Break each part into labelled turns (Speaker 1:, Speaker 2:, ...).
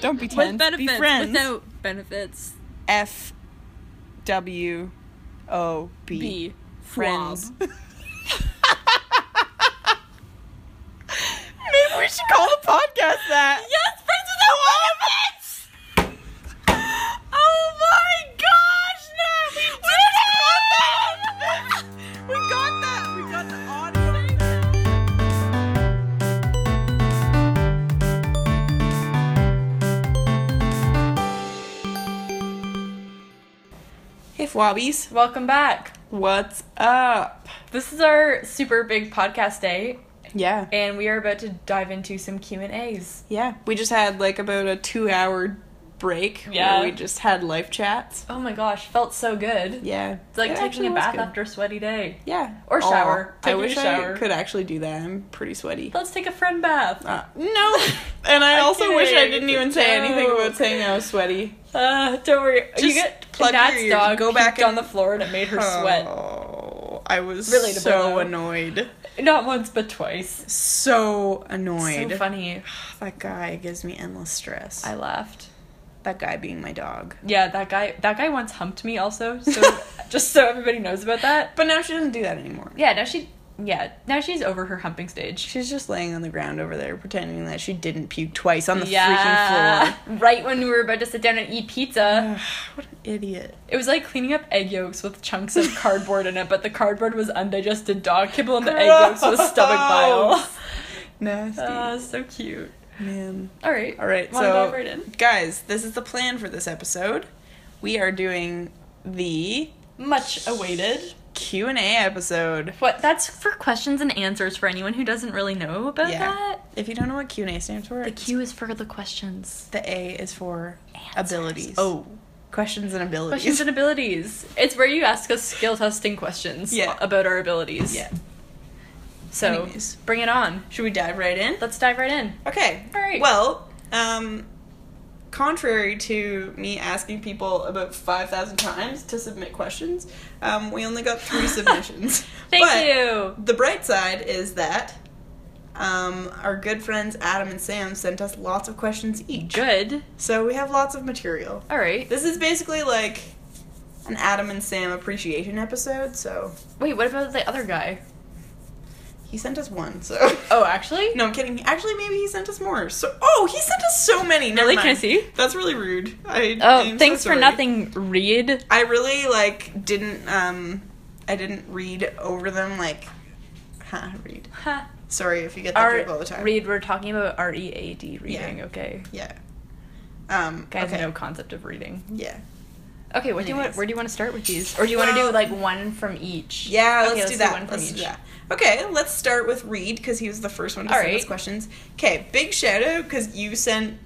Speaker 1: Don't be
Speaker 2: With
Speaker 1: tense. Be
Speaker 2: benefits.
Speaker 1: friends.
Speaker 2: Without benefits.
Speaker 1: F W O B.
Speaker 2: B.
Speaker 1: Friends.
Speaker 2: Wob.
Speaker 1: Maybe we should call the podcast that.
Speaker 2: Yes, friends without benefits!
Speaker 1: Oh my gosh! No, we did it! We got that. We got the audio. Hey, Wobbies.
Speaker 2: Welcome back.
Speaker 1: What's up?
Speaker 2: This is our super big podcast day,
Speaker 1: Yeah.
Speaker 2: and we are about to dive into some Q and A's.
Speaker 1: Yeah, we just had like about a two hour break
Speaker 2: Yeah.
Speaker 1: where we just had life chats.
Speaker 2: Oh my gosh, felt so good.
Speaker 1: Yeah,
Speaker 2: It's like
Speaker 1: It
Speaker 2: taking
Speaker 1: actually
Speaker 2: a
Speaker 1: was
Speaker 2: bath
Speaker 1: good.
Speaker 2: after a sweaty day.
Speaker 1: Yeah,
Speaker 2: Or shower.
Speaker 1: Aw, I
Speaker 2: Taking a
Speaker 1: wish
Speaker 2: shower.
Speaker 1: I could actually do that. I'm pretty sweaty.
Speaker 2: Let's take a friend bath.
Speaker 1: Uh, no, and I
Speaker 2: I'm
Speaker 1: also wish I
Speaker 2: kidding.
Speaker 1: didn't even say anything
Speaker 2: No.
Speaker 1: about saying I was sweaty.
Speaker 2: Uh, don't worry. you
Speaker 1: Just
Speaker 2: get
Speaker 1: plug your
Speaker 2: Nat's
Speaker 1: ears,
Speaker 2: dog
Speaker 1: go back
Speaker 2: puked on
Speaker 1: and-
Speaker 2: the floor and it made her sweat.
Speaker 1: Oh, I was
Speaker 2: Relatable,
Speaker 1: so
Speaker 2: though.
Speaker 1: annoyed,
Speaker 2: Not once but twice.
Speaker 1: so annoyed.
Speaker 2: So funny.
Speaker 1: That guy gives me endless stress.
Speaker 2: I laughed.
Speaker 1: that guy being my dog.
Speaker 2: Yeah, that guy. That guy once humped me. Also, so just so everybody knows about that.
Speaker 1: But now she doesn't do that anymore.
Speaker 2: Yeah. Now she. Yeah. Now she's over her humping stage.
Speaker 1: She's just laying on the ground over there pretending that she didn't puke twice on the freaking floor.
Speaker 2: Right when we were about to sit down and eat pizza,
Speaker 1: Ugh, what an idiot.
Speaker 2: it was like cleaning up egg yolks with chunks of cardboard in it, but the cardboard was undigested dog kibble and the egg yolks was stomach bile.
Speaker 1: Nasty.
Speaker 2: Uh, so cute.
Speaker 1: Man.
Speaker 2: All right.
Speaker 1: All right,
Speaker 2: Wanna
Speaker 1: so
Speaker 2: dive right in?
Speaker 1: guys, this is the plan for this episode. We are doing the
Speaker 2: Much awaited.
Speaker 1: Q&A episode.
Speaker 2: What? That's for questions and answers for anyone who doesn't really know about
Speaker 1: Yeah.
Speaker 2: that.
Speaker 1: If you don't know what Q&A stands for,
Speaker 2: The
Speaker 1: it's-
Speaker 2: Q is for the questions.
Speaker 1: the A is for
Speaker 2: Answers.
Speaker 1: abilities.
Speaker 2: Oh.
Speaker 1: questions and abilities.
Speaker 2: Questions and abilities. It's where you ask us skill testing questions
Speaker 1: Yeah.
Speaker 2: about our abilities.
Speaker 1: yeah.
Speaker 2: So
Speaker 1: Anyways.
Speaker 2: bring it on.
Speaker 1: Should we dive right in?
Speaker 2: Let's dive right in.
Speaker 1: Okay.
Speaker 2: All right.
Speaker 1: Well, um, contrary to me asking people about 5,000 times to submit questions, um, we only got three submissions.
Speaker 2: Thank
Speaker 1: But
Speaker 2: you.
Speaker 1: The bright side is that um, our good friends Adam and Sam sent us lots of questions each.
Speaker 2: Good.
Speaker 1: So we have lots of material.
Speaker 2: All right.
Speaker 1: This is basically like an Adam and Sam appreciation episode, so
Speaker 2: Wait, what about the other guy?
Speaker 1: he sent us one, so.
Speaker 2: Oh, actually?
Speaker 1: No, I'm kidding. Actually, maybe he sent us more. So, oh, he sent us so many. Never
Speaker 2: Really? Can I
Speaker 1: mind.
Speaker 2: see?
Speaker 1: That's really rude. I
Speaker 2: Oh,
Speaker 1: am so
Speaker 2: thanks for
Speaker 1: sorry.
Speaker 2: nothing, Reed.
Speaker 1: I really like didn't um, I didn't read over them like, huh? Read.
Speaker 2: Ha.
Speaker 1: Sorry if you get that
Speaker 2: R-
Speaker 1: joke all the time.
Speaker 2: Reed, we're talking about R E A D reading, okay?
Speaker 1: Yeah. Um.
Speaker 2: Guys,
Speaker 1: okay.
Speaker 2: no concept of reading.
Speaker 1: Yeah.
Speaker 2: Okay, what do you want,
Speaker 1: Anyways.
Speaker 2: where do you want to start with these? Or do you want to
Speaker 1: Well-
Speaker 2: do like one from each?
Speaker 1: Yeah.
Speaker 2: Okay,
Speaker 1: let's, do that.
Speaker 2: One from
Speaker 1: let's
Speaker 2: each.
Speaker 1: do that. Okay, let's start with Reed because he was the first one to
Speaker 2: All
Speaker 1: send us
Speaker 2: right.
Speaker 1: questions. Okay, big shout out because you sent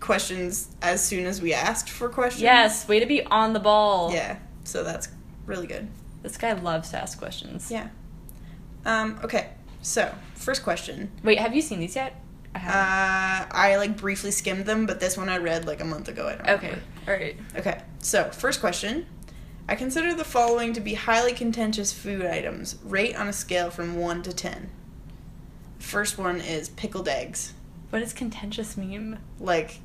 Speaker 1: questions as soon as we asked for questions.
Speaker 2: Yes, way to be on the ball.
Speaker 1: Yeah. So that's really good.
Speaker 2: This guy loves to ask questions.
Speaker 1: Yeah. Um, okay. So, first question.
Speaker 2: Wait, have you seen these yet? I
Speaker 1: Uh,
Speaker 2: haven't.
Speaker 1: I like briefly skimmed them, but this one I read like a month ago. I don't
Speaker 2: okay,
Speaker 1: remember.
Speaker 2: all right.
Speaker 1: Okay. So, first question. I consider the following to be highly contentious food items. Rate on a scale from 1 to 10. First one is pickled eggs.
Speaker 2: What does contentious mean?
Speaker 1: Like,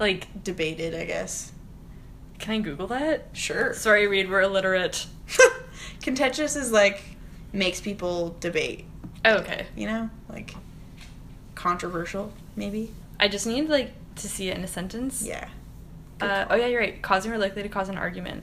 Speaker 2: Like,
Speaker 1: debated, I guess.
Speaker 2: can I Google that?
Speaker 1: Sure.
Speaker 2: Sorry, Reed, we're illiterate.
Speaker 1: contentious is like makes people debate,
Speaker 2: Oh, okay.
Speaker 1: you know? Like controversial, maybe?
Speaker 2: I just need like to see it in a sentence.
Speaker 1: Yeah. Good
Speaker 2: Uh,
Speaker 1: call.
Speaker 2: oh yeah, you're right. Causing or likely to cause an argument.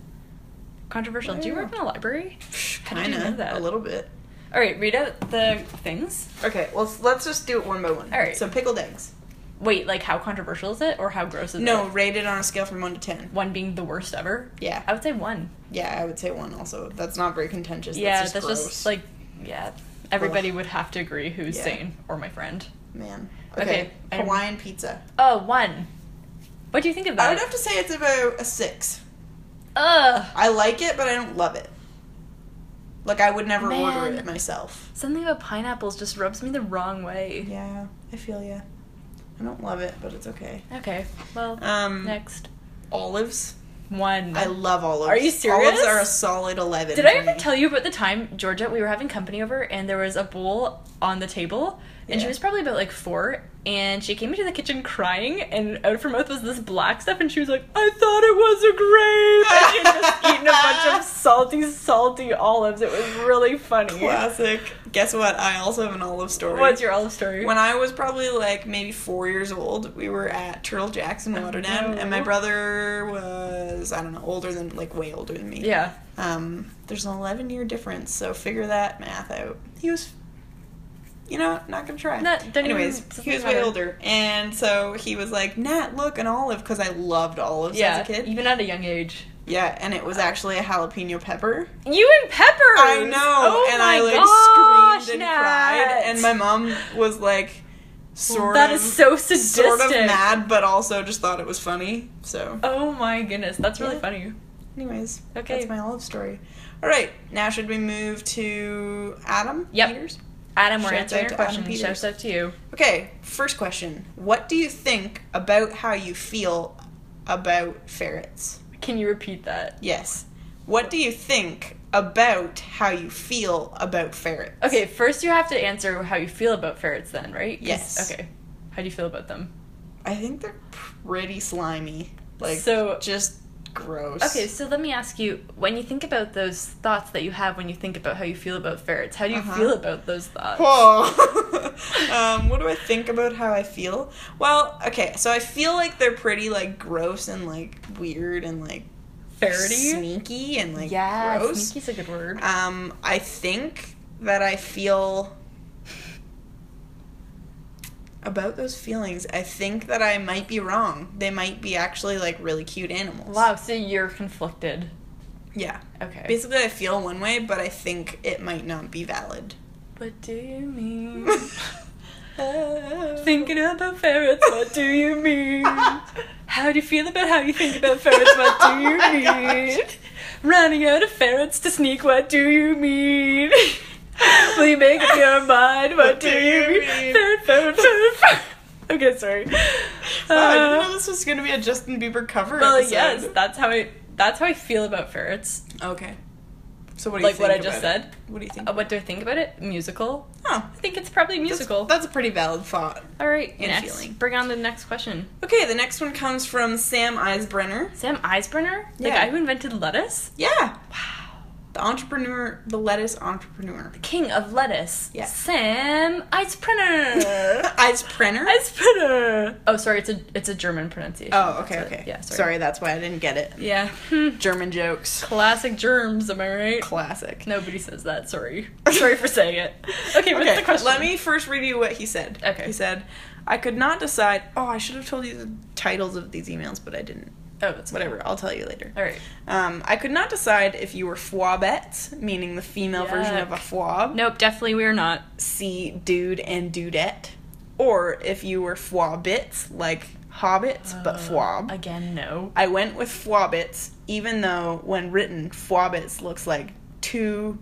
Speaker 2: Controversial. Do you work in
Speaker 1: Wow.
Speaker 2: a library? How did you
Speaker 1: Kinda,
Speaker 2: know that?
Speaker 1: A little bit.
Speaker 2: All right, read out the things.
Speaker 1: Okay, well, let's- let's just do it one by one.
Speaker 2: All right.
Speaker 1: So pickled eggs.
Speaker 2: Wait, like how controversial is it, or how gross is it?
Speaker 1: No, rated on a scale from one to ten.
Speaker 2: One being the worst ever.
Speaker 1: Yeah,
Speaker 2: I would say one.
Speaker 1: yeah, I would say one. Also, that's not very contentious.
Speaker 2: yeah,
Speaker 1: that's just, gross.
Speaker 2: like yeah. Everybody would have to agree who's
Speaker 1: Yeah.
Speaker 2: sane or my friend.
Speaker 1: man.
Speaker 2: Okay,
Speaker 1: Okay,
Speaker 2: I'm-
Speaker 1: Hawaiian pizza.
Speaker 2: Oh, one. What do you think of
Speaker 1: I
Speaker 2: that?
Speaker 1: would have to say it's about a six.
Speaker 2: Ugh.
Speaker 1: I like it, but I don't love it. Like I would never order
Speaker 2: Man.
Speaker 1: it myself.
Speaker 2: Something about pineapples just rubs me the wrong way.
Speaker 1: Yeah, I feel ya. I don't love it, but it's okay.
Speaker 2: Okay. Well,
Speaker 1: Um,
Speaker 2: next.
Speaker 1: olives.
Speaker 2: One.
Speaker 1: I love olives.
Speaker 2: Mm. Are you serious?
Speaker 1: Olives are a solid eleven.
Speaker 2: Did I
Speaker 1: for
Speaker 2: ever
Speaker 1: me.
Speaker 2: tell you about the time, Georgia, we were having company over and there was a bowl on the table and she
Speaker 1: Yeah.
Speaker 2: was probably about like four and she came into the kitchen crying and out of her mouth was this black stuff and she was like, I thought it was a grape and she had just eaten a bunch of salty, salty olives. It was really funny.
Speaker 1: Classic. Guess what? I also have an olive story.
Speaker 2: What's your olive story?
Speaker 1: When I was probably like maybe four years old, we were at Turtle Jacks in Waterdown,
Speaker 2: Oh, no.
Speaker 1: and my brother was I don't know older than like way older than me.
Speaker 2: yeah.
Speaker 1: Um, there's an 11 year difference, so figure that math out. He was, you know, not gonna try.
Speaker 2: Not- don't even-
Speaker 1: Anyways,
Speaker 2: doesn't
Speaker 1: he was way
Speaker 2: matter.
Speaker 1: older, and so he was like, "Nat, look, an olive," because I loved olives
Speaker 2: Yeah.
Speaker 1: as a kid.
Speaker 2: Even Uh, at a young age.
Speaker 1: Yeah, and it was actually a jalapeno pepper.
Speaker 2: You and Pepper.
Speaker 1: I know.
Speaker 2: Oh
Speaker 1: and I like screamed and cried. And my mom was like sort
Speaker 2: That
Speaker 1: of
Speaker 2: is so sadistic.
Speaker 1: sort of mad, but also just thought it was funny. So
Speaker 2: Oh my goodness, that's really
Speaker 1: Yeah.
Speaker 2: funny.
Speaker 1: anyways,
Speaker 2: Okay.
Speaker 1: that's my olive story. Alright, now should we move to Adam
Speaker 2: Yep.
Speaker 1: Peters?
Speaker 2: Adam, we're
Speaker 1: Shouts out
Speaker 2: answering your
Speaker 1: to Adam
Speaker 2: question.
Speaker 1: Peters.
Speaker 2: Shouts out to you.
Speaker 1: Okay, first question. What do you think about how you feel about ferrets?
Speaker 2: Can you repeat that?
Speaker 1: Yes. What do you think about how you feel about ferrets?
Speaker 2: Okay, first you have to answer how you feel about ferrets, then, right? 'Cause-
Speaker 1: Yes.
Speaker 2: Okay. How do you feel about them?
Speaker 1: I think they're pretty slimy. Like
Speaker 2: So-
Speaker 1: just gross.
Speaker 2: Okay, so let me ask you when you think about those thoughts that you have when you think about how you feel about ferrets, how do you
Speaker 1: Uh-huh.
Speaker 2: feel about those thoughts?
Speaker 1: Whoa. um, what do I think about how I feel? Well, okay, so I feel like they're pretty like gross and like weird and like
Speaker 2: Ferrety?
Speaker 1: sneaky and like
Speaker 2: yeah,
Speaker 1: gross.
Speaker 2: sneaky's a good word.
Speaker 1: Um, I think that I feel about those feelings. I think that I might be wrong. They might be actually like really cute animals.
Speaker 2: Wow, so you're conflicted.
Speaker 1: Yeah.
Speaker 2: Okay.
Speaker 1: Basically, I feel one way, but I think it might not be valid.
Speaker 2: what do you mean? Thinking about ferrets, what do you mean? How do you feel about how you think about ferrets, what do you
Speaker 1: Oh my
Speaker 2: mean?
Speaker 1: gosh.
Speaker 2: Running out of ferrets to sneak, what do you mean? Will you make up your mind, what, do, you mean? Ferret, ferret, ferret, ferret. Okay, sorry.
Speaker 1: Wow, I didn't know
Speaker 2: Uh,
Speaker 1: this was gonna be a Justin Bieber cover.
Speaker 2: well,
Speaker 1: episode.
Speaker 2: yes, that's how I that's how I feel about ferrets.
Speaker 1: Okay. So what do you
Speaker 2: Like
Speaker 1: think
Speaker 2: what I just
Speaker 1: about it?
Speaker 2: said.
Speaker 1: What do you think?
Speaker 2: Uh, what do I think about it? Musical.
Speaker 1: Oh,
Speaker 2: I think it's probably musical.
Speaker 1: That's, that's a pretty valid thought.
Speaker 2: All right,
Speaker 1: and
Speaker 2: next.
Speaker 1: feeling.
Speaker 2: Bring on the next question.
Speaker 1: Okay, the next one comes from Sam Eisbrenner.
Speaker 2: Sam Eisbrenner, the
Speaker 1: Yeah.
Speaker 2: guy who invented lettuce,
Speaker 1: Yeah. Wow. The entrepreneur, the lettuce entrepreneur.
Speaker 2: king of lettuce.
Speaker 1: Yeah.
Speaker 2: Sam Eisbrenner.
Speaker 1: Eisbrenner.
Speaker 2: Eisbrenner. Oh, sorry, it's a it's a German pronunciation.
Speaker 1: oh, okay,
Speaker 2: That's it.
Speaker 1: okay.
Speaker 2: Yeah, sorry.
Speaker 1: sorry, that's why I didn't get it.
Speaker 2: Yeah. Hmm.
Speaker 1: German jokes.
Speaker 2: Classic germs, am I right?
Speaker 1: Classic.
Speaker 2: Nobody says that. Sorry. sorry for saying it. Okay, what's the question?
Speaker 1: Let me first read you what he said.
Speaker 2: Okay.
Speaker 1: He said, I could not decide. Oh, I should have told you the titles of these emails, but I didn't.
Speaker 2: Oh, that's whatever.
Speaker 1: Whatever, I'll tell you later.
Speaker 2: All right.
Speaker 1: Um, I could not decide if you were foibettes, meaning the female version of a
Speaker 2: Yuck.
Speaker 1: foib,
Speaker 2: Nope, definitely we are not.
Speaker 1: see dude and dudette, or if you were foibits, like hobbits, but
Speaker 2: Uh,
Speaker 1: foib.
Speaker 2: Again, no.
Speaker 1: I went with foibits, even though when written, foibits looks like two.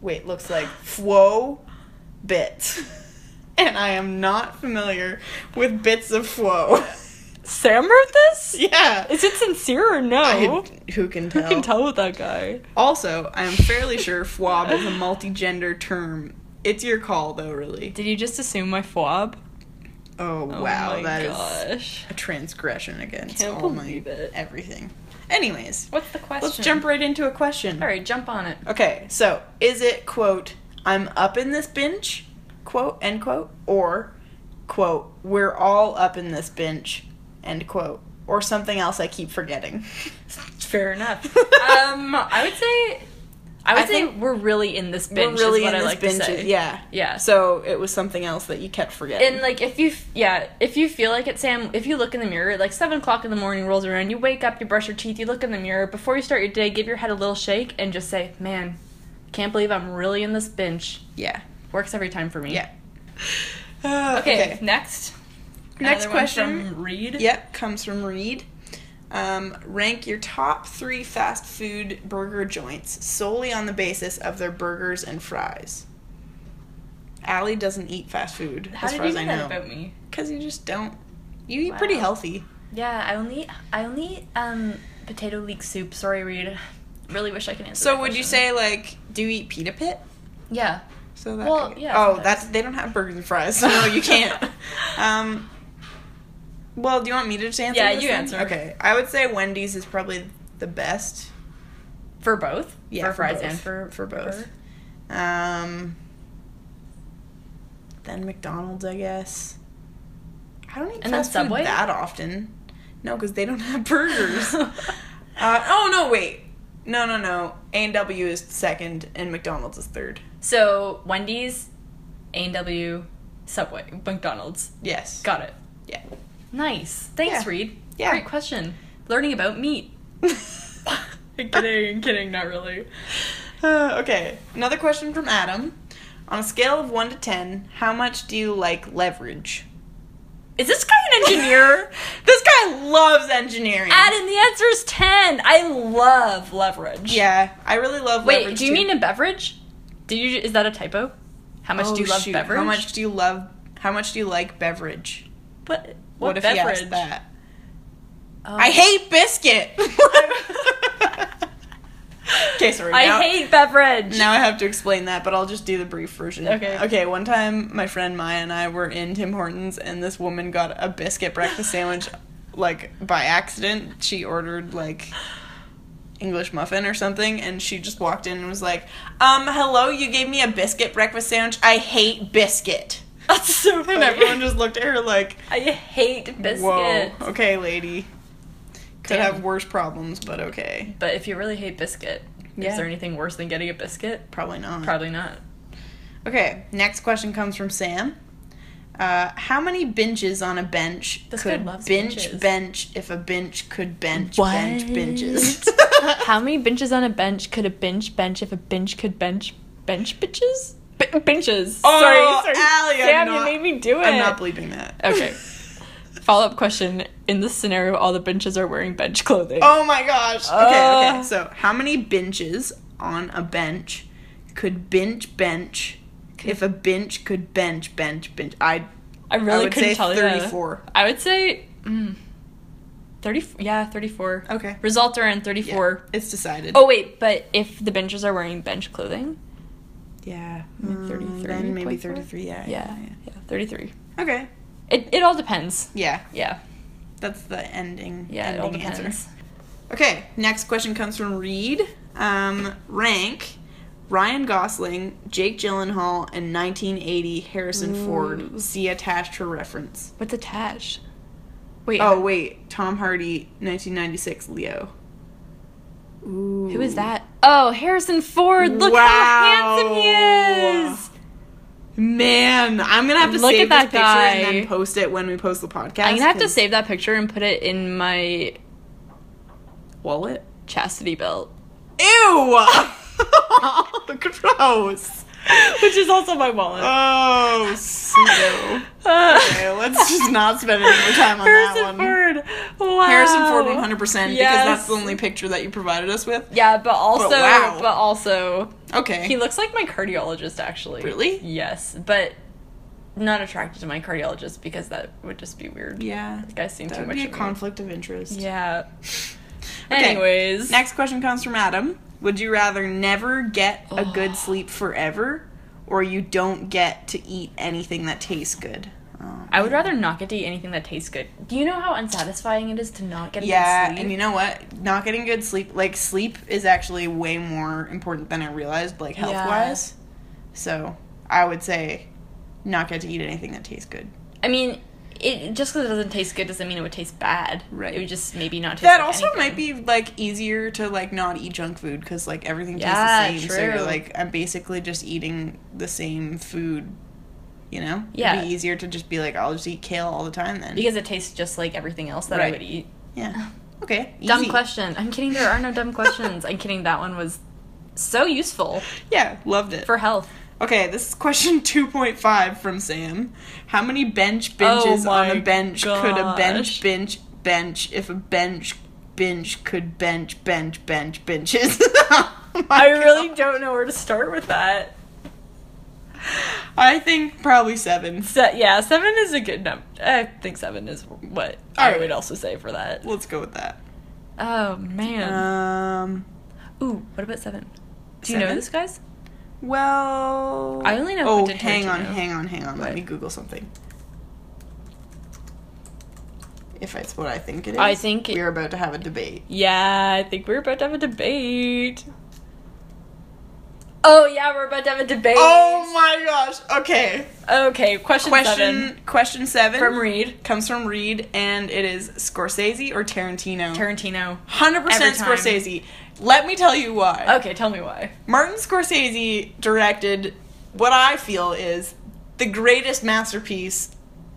Speaker 1: Wait, looks like fwo bits. And I am not familiar with bits of fwo.
Speaker 2: Sam wrote this?
Speaker 1: yeah.
Speaker 2: Is it sincere or no?
Speaker 1: I- who can tell?
Speaker 2: with that guy.
Speaker 1: Also, I am fairly sure foib is a multigender term. It's your call, though, really.
Speaker 2: Did you just assume my fob?
Speaker 1: Oh, wow,
Speaker 2: my
Speaker 1: that is
Speaker 2: gosh.
Speaker 1: a transgression against
Speaker 2: Can't
Speaker 1: all my
Speaker 2: believe it.
Speaker 1: everything. Anyways,
Speaker 2: What's the question?
Speaker 1: let's jump right into a question.
Speaker 2: All right, jump on it.
Speaker 1: Okay, so is it quote I'm up in this bench, quote end quote, or quote we're all up in this bench, end quote, or something else I keep forgetting.
Speaker 2: Fair enough. um, I would say, I would
Speaker 1: I
Speaker 2: say
Speaker 1: think
Speaker 2: we're really in this
Speaker 1: We're
Speaker 2: bench. is what I like to say.
Speaker 1: yeah.
Speaker 2: yeah.
Speaker 1: So it was something else that you kept forgetting.
Speaker 2: and like if you, f- yeah, if you feel like it, Sam, if you look in the mirror, like seven o'clock in the morning rolls around, you wake up, you brush your teeth, you look in the mirror before you start your day, give your head a little shake, and just say, "Man, can't believe I'm really in this bench."
Speaker 1: yeah.
Speaker 2: Works every time for me.
Speaker 1: Yeah. Uh,
Speaker 2: Okay. Next.
Speaker 1: Next
Speaker 2: Another one
Speaker 1: question.
Speaker 2: From Reed.
Speaker 1: Yep, comes from Reed. Um, rank your top three fast food burger joints solely on the basis of their burgers and fries. Allie doesn't eat fast food,
Speaker 2: How
Speaker 1: as
Speaker 2: did
Speaker 1: far
Speaker 2: you
Speaker 1: as
Speaker 2: know
Speaker 1: I
Speaker 2: that
Speaker 1: know.
Speaker 2: about me?
Speaker 1: Because you just don't. You eat
Speaker 2: Wow.
Speaker 1: pretty healthy.
Speaker 2: Yeah, I only I only eat, um Potato leek soup. Sorry, Reed. Really wish I could answer.
Speaker 3: So
Speaker 2: that
Speaker 3: would you
Speaker 2: question.
Speaker 3: say like do you eat pita pit?
Speaker 2: Yeah.
Speaker 3: So that
Speaker 2: Well,
Speaker 3: could-
Speaker 2: yeah.
Speaker 1: oh,
Speaker 2: sometimes.
Speaker 1: that's they don't have burgers and fries. So no, you can't. um. Well, do you want me to just answer?
Speaker 2: Yeah,
Speaker 1: this
Speaker 2: you
Speaker 1: one?
Speaker 2: answer.
Speaker 1: Okay, I would say Wendy's is probably the best.
Speaker 2: for both.
Speaker 1: Yeah,
Speaker 2: For
Speaker 1: for
Speaker 2: fries
Speaker 1: both.
Speaker 2: and for
Speaker 1: For both. Um. Then McDonald's, I guess. I don't eat
Speaker 2: And then
Speaker 1: fast
Speaker 2: Subway?
Speaker 1: food that often. No, because they don't have burgers.
Speaker 2: burger.
Speaker 1: Uh, oh no, wait. No, no, no. A and W is second, and McDonald's is third.
Speaker 2: so Wendy's, A and W, Subway, McDonald's.
Speaker 1: Yes.
Speaker 2: Got it.
Speaker 1: Yeah.
Speaker 2: Nice. Thanks,
Speaker 1: Yeah.
Speaker 2: Reed.
Speaker 1: Yeah.
Speaker 2: Great question. Learning about meat. kidding, kidding, not really.
Speaker 1: Uh, okay. Another question from Adam. On a scale of one to ten, how much do you like leverage?
Speaker 2: Is this guy an engineer?
Speaker 1: This guy loves engineering.
Speaker 2: Adam, the answer is 10. I love leverage.
Speaker 1: Yeah, I really love.
Speaker 2: Wait,
Speaker 1: leverage
Speaker 2: do you
Speaker 1: too.
Speaker 2: mean a beverage? Did you is that a typo? How much
Speaker 1: Oh,
Speaker 2: do you love
Speaker 1: shoot.
Speaker 2: beverage?
Speaker 1: How much do you love? How much do you like beverage?
Speaker 2: what, what,
Speaker 1: What, if
Speaker 2: beverage?
Speaker 1: he asked that?
Speaker 2: Oh.
Speaker 1: I hate biscuit. okay, sorry.
Speaker 2: I
Speaker 1: now-
Speaker 2: hate beverage.
Speaker 1: Now I have to explain that, but I'll just do the brief version.
Speaker 2: Okay.
Speaker 1: Okay, one time my friend Maya and I were in Tim Hortons and this woman got a biscuit breakfast sandwich like by accident. She ordered like English muffin or something and she just walked in and was like, "Um, hello, you gave me a biscuit breakfast sandwich. I hate biscuit."
Speaker 2: That's so funny.
Speaker 1: And everyone just looked at her like,
Speaker 2: I hate biscuit.
Speaker 1: "Whoa. Okay, lady." Could
Speaker 2: Damn.
Speaker 1: have worse problems, but okay.
Speaker 2: But if you really hate biscuit,
Speaker 1: Yeah.
Speaker 2: is there anything worse than getting a biscuit?
Speaker 1: Probably not.
Speaker 2: Probably not.
Speaker 1: Okay, next question comes from Sam. Uh, how many benches on a bench
Speaker 2: This guy
Speaker 1: could
Speaker 2: loves
Speaker 1: bench
Speaker 2: benches.
Speaker 1: bench if a bench could bench
Speaker 2: What?
Speaker 1: bench benches?
Speaker 2: How many benches on a bench could a bench bench if a bench could bench bench bitches? B- benches.
Speaker 1: Oh,
Speaker 2: sorry, sorry.
Speaker 1: Allie, I'm
Speaker 2: Sam,
Speaker 1: not-
Speaker 2: you made me do it.
Speaker 1: I'm not believing that.
Speaker 2: Okay. Follow up question: In this scenario, all the benches are wearing bench clothing.
Speaker 1: oh my gosh. Okay, okay.
Speaker 2: Uh.
Speaker 1: So how many benches on a bench could bench bench if a bench could bench bench bench? I
Speaker 2: I really
Speaker 1: I would
Speaker 2: couldn't
Speaker 1: say
Speaker 2: tell you.
Speaker 1: 34.
Speaker 2: I would say mm, thirty. Yeah, thirty-four.
Speaker 1: Okay.
Speaker 2: Results are in thirty-four.
Speaker 1: It's decided.
Speaker 2: Oh wait, but if the benches are wearing bench clothing,
Speaker 1: yeah.
Speaker 2: Maybe
Speaker 1: Mm,
Speaker 2: 33.4?
Speaker 1: then maybe 33. Yeah.
Speaker 2: Hmm, yeah, yeah, thirty-three.
Speaker 1: yeah. Okay.
Speaker 2: It it all depends.
Speaker 1: Yeah.
Speaker 2: Yeah,
Speaker 1: That's the ending.
Speaker 2: yeah, it all
Speaker 1: ending
Speaker 2: depends.
Speaker 1: answer. Okay, next question comes from Reed. Um, rank Ryan Gosling, Jake Gyllenhaal, and 1980 Harrison Ford. See attached for reference.
Speaker 2: What's attached? Wait,
Speaker 1: Oh wait, Tom Hardy, 1996 Leo. Ooh.
Speaker 2: who is that? Oh, Harrison Ford. Look
Speaker 1: Wow.
Speaker 2: how handsome he is.
Speaker 1: Man, I'm gonna have to
Speaker 2: Look
Speaker 1: save
Speaker 2: at that
Speaker 1: this picture and
Speaker 2: guy.
Speaker 1: then post it when we post the podcast.
Speaker 2: I'm gonna have to
Speaker 1: 'cause-
Speaker 2: save that picture and put it in my
Speaker 1: wallet.
Speaker 2: chastity belt,
Speaker 1: Ew! Gross.
Speaker 2: which is also my wallet.
Speaker 1: Oh, so. Oh. Okay, let's just not spend any more time on that one.
Speaker 2: Harrison Ford. Wow.
Speaker 1: Harrison Ford 100%
Speaker 2: Yes.
Speaker 1: because that's the only picture that you provided us with.
Speaker 2: Yeah, but also, but,
Speaker 1: But Oh, wow.
Speaker 2: also,
Speaker 1: Okay.
Speaker 2: he looks like my cardiologist actually.
Speaker 1: Really?
Speaker 2: Yes, but not attracted to my cardiologist because that would just be weird.
Speaker 1: yeah.
Speaker 2: This guy's seen
Speaker 1: That
Speaker 2: too
Speaker 1: would
Speaker 2: much.
Speaker 1: be a
Speaker 2: of me.
Speaker 1: conflict of interest.
Speaker 2: Yeah.
Speaker 1: Okay.
Speaker 2: Anyways,
Speaker 1: Next question comes from Adam. Would you rather never get a good sleep forever or you don't get to eat anything that tastes good? Oh.
Speaker 2: I would rather not get to eat anything that tastes good. Do you know how unsatisfying it is to not get a good
Speaker 1: Yeah,
Speaker 2: sleep?
Speaker 1: and you know what? Not getting good sleep, like sleep is actually way more important than I realized, like
Speaker 2: Yeah.
Speaker 1: health wise. So I would say not get to eat anything that tastes good.
Speaker 2: I mean, it just because it doesn't taste good doesn't mean it would taste bad.
Speaker 1: Right.
Speaker 2: It would just maybe not taste.
Speaker 1: That
Speaker 2: like
Speaker 1: also
Speaker 2: anything.
Speaker 1: might be like easier to like not eat junk food because like everything tastes
Speaker 2: Yeah,
Speaker 1: the same. So
Speaker 2: true.
Speaker 1: you're like I'm basically just eating the same food, you know?
Speaker 2: Yeah.
Speaker 1: It'd be easier to just be like I'll just eat kale all the time then.
Speaker 2: because it tastes just like everything else that I
Speaker 1: Right.
Speaker 2: would eat.
Speaker 1: yeah. Okay.
Speaker 2: Dumb
Speaker 1: easy.
Speaker 2: question. I'm kidding. There are no dumb questions. I'm kidding. That one was so useful
Speaker 1: Yeah, loved it.
Speaker 2: for health.
Speaker 1: okay, this is question 2.5 from Sam. How many bench benches
Speaker 2: Oh my
Speaker 1: on a bench could a
Speaker 2: gosh.
Speaker 1: bench bench bench if a bench bench could bench bench bench benches? Oh my
Speaker 2: I really
Speaker 1: God.
Speaker 2: don't know where to start with that.
Speaker 1: I think probably 7.
Speaker 2: So, yeah, seven is a good number. I think seven is what I
Speaker 1: Alright.
Speaker 2: would also say for that.
Speaker 1: Let's go with that.
Speaker 2: Oh man.
Speaker 1: Um,
Speaker 2: Ooh, what about seven? Do you know
Speaker 1: Seven?
Speaker 2: this guys?
Speaker 1: well,
Speaker 2: I only know
Speaker 1: Oh,
Speaker 2: the
Speaker 1: hang on,
Speaker 2: detergent.
Speaker 1: hang on, hang on. Let
Speaker 2: What?
Speaker 1: me Google something. If it's what I think it is,
Speaker 2: I think it-
Speaker 1: we're about to have a debate.
Speaker 2: Yeah, I think we're about to have a debate. Oh yeah, we're about to have a debate.
Speaker 1: Oh my gosh! Okay,
Speaker 2: Okay, question,
Speaker 1: question
Speaker 2: seven
Speaker 1: question seven
Speaker 2: from Reed
Speaker 1: comes from Reed, and it is Scorsese or Tarantino.
Speaker 2: Tarantino.
Speaker 1: Hundred percent
Speaker 2: Every time. Oh.
Speaker 1: Scorsese. Let me tell you why.
Speaker 2: Okay, tell me why.
Speaker 1: Martin Scorsese directed what I feel is the greatest masterpiece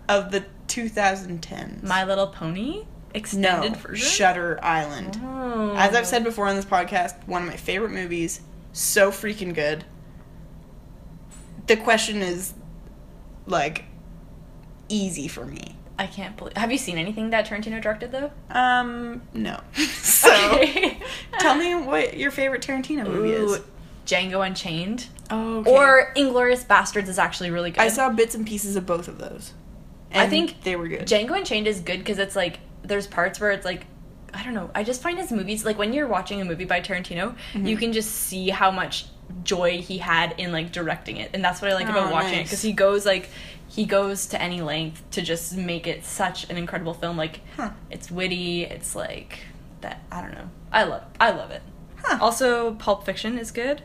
Speaker 1: of the 2010s.
Speaker 2: My Little Pony
Speaker 1: no,
Speaker 2: extended version.
Speaker 1: Shutter Island.
Speaker 2: Oh.
Speaker 1: As I've said before on this podcast, one of my favorite movies. So freaking good. The question is, like, easy for me.
Speaker 2: I can't believe. Have you seen anything that Tarantino directed though?
Speaker 1: Um, no. so,
Speaker 2: Okay.
Speaker 1: tell me what your favorite Tarantino movie
Speaker 2: Ooh,
Speaker 1: is.
Speaker 2: Django Unchained
Speaker 1: Oh,
Speaker 2: or Inglorious Bastards is actually really good.
Speaker 1: I saw bits and pieces of both of those.
Speaker 2: I
Speaker 1: And
Speaker 2: think
Speaker 1: they were good.
Speaker 2: Django Unchained is good because it's like there's parts where it's like I don't know. I just find his movies like when you're watching a movie by Tarantino,
Speaker 1: Mm-hmm.
Speaker 2: you can just see how much joy he had in like directing it, and that's what I like about
Speaker 1: Oh,
Speaker 2: watching it
Speaker 1: nice.
Speaker 2: because he goes like he goes to any length to just make it such an incredible film. Like
Speaker 1: Huh.
Speaker 2: it's witty, it's like that. I don't know. I love I love it.
Speaker 1: Huh.
Speaker 2: Also, Pulp Fiction is good.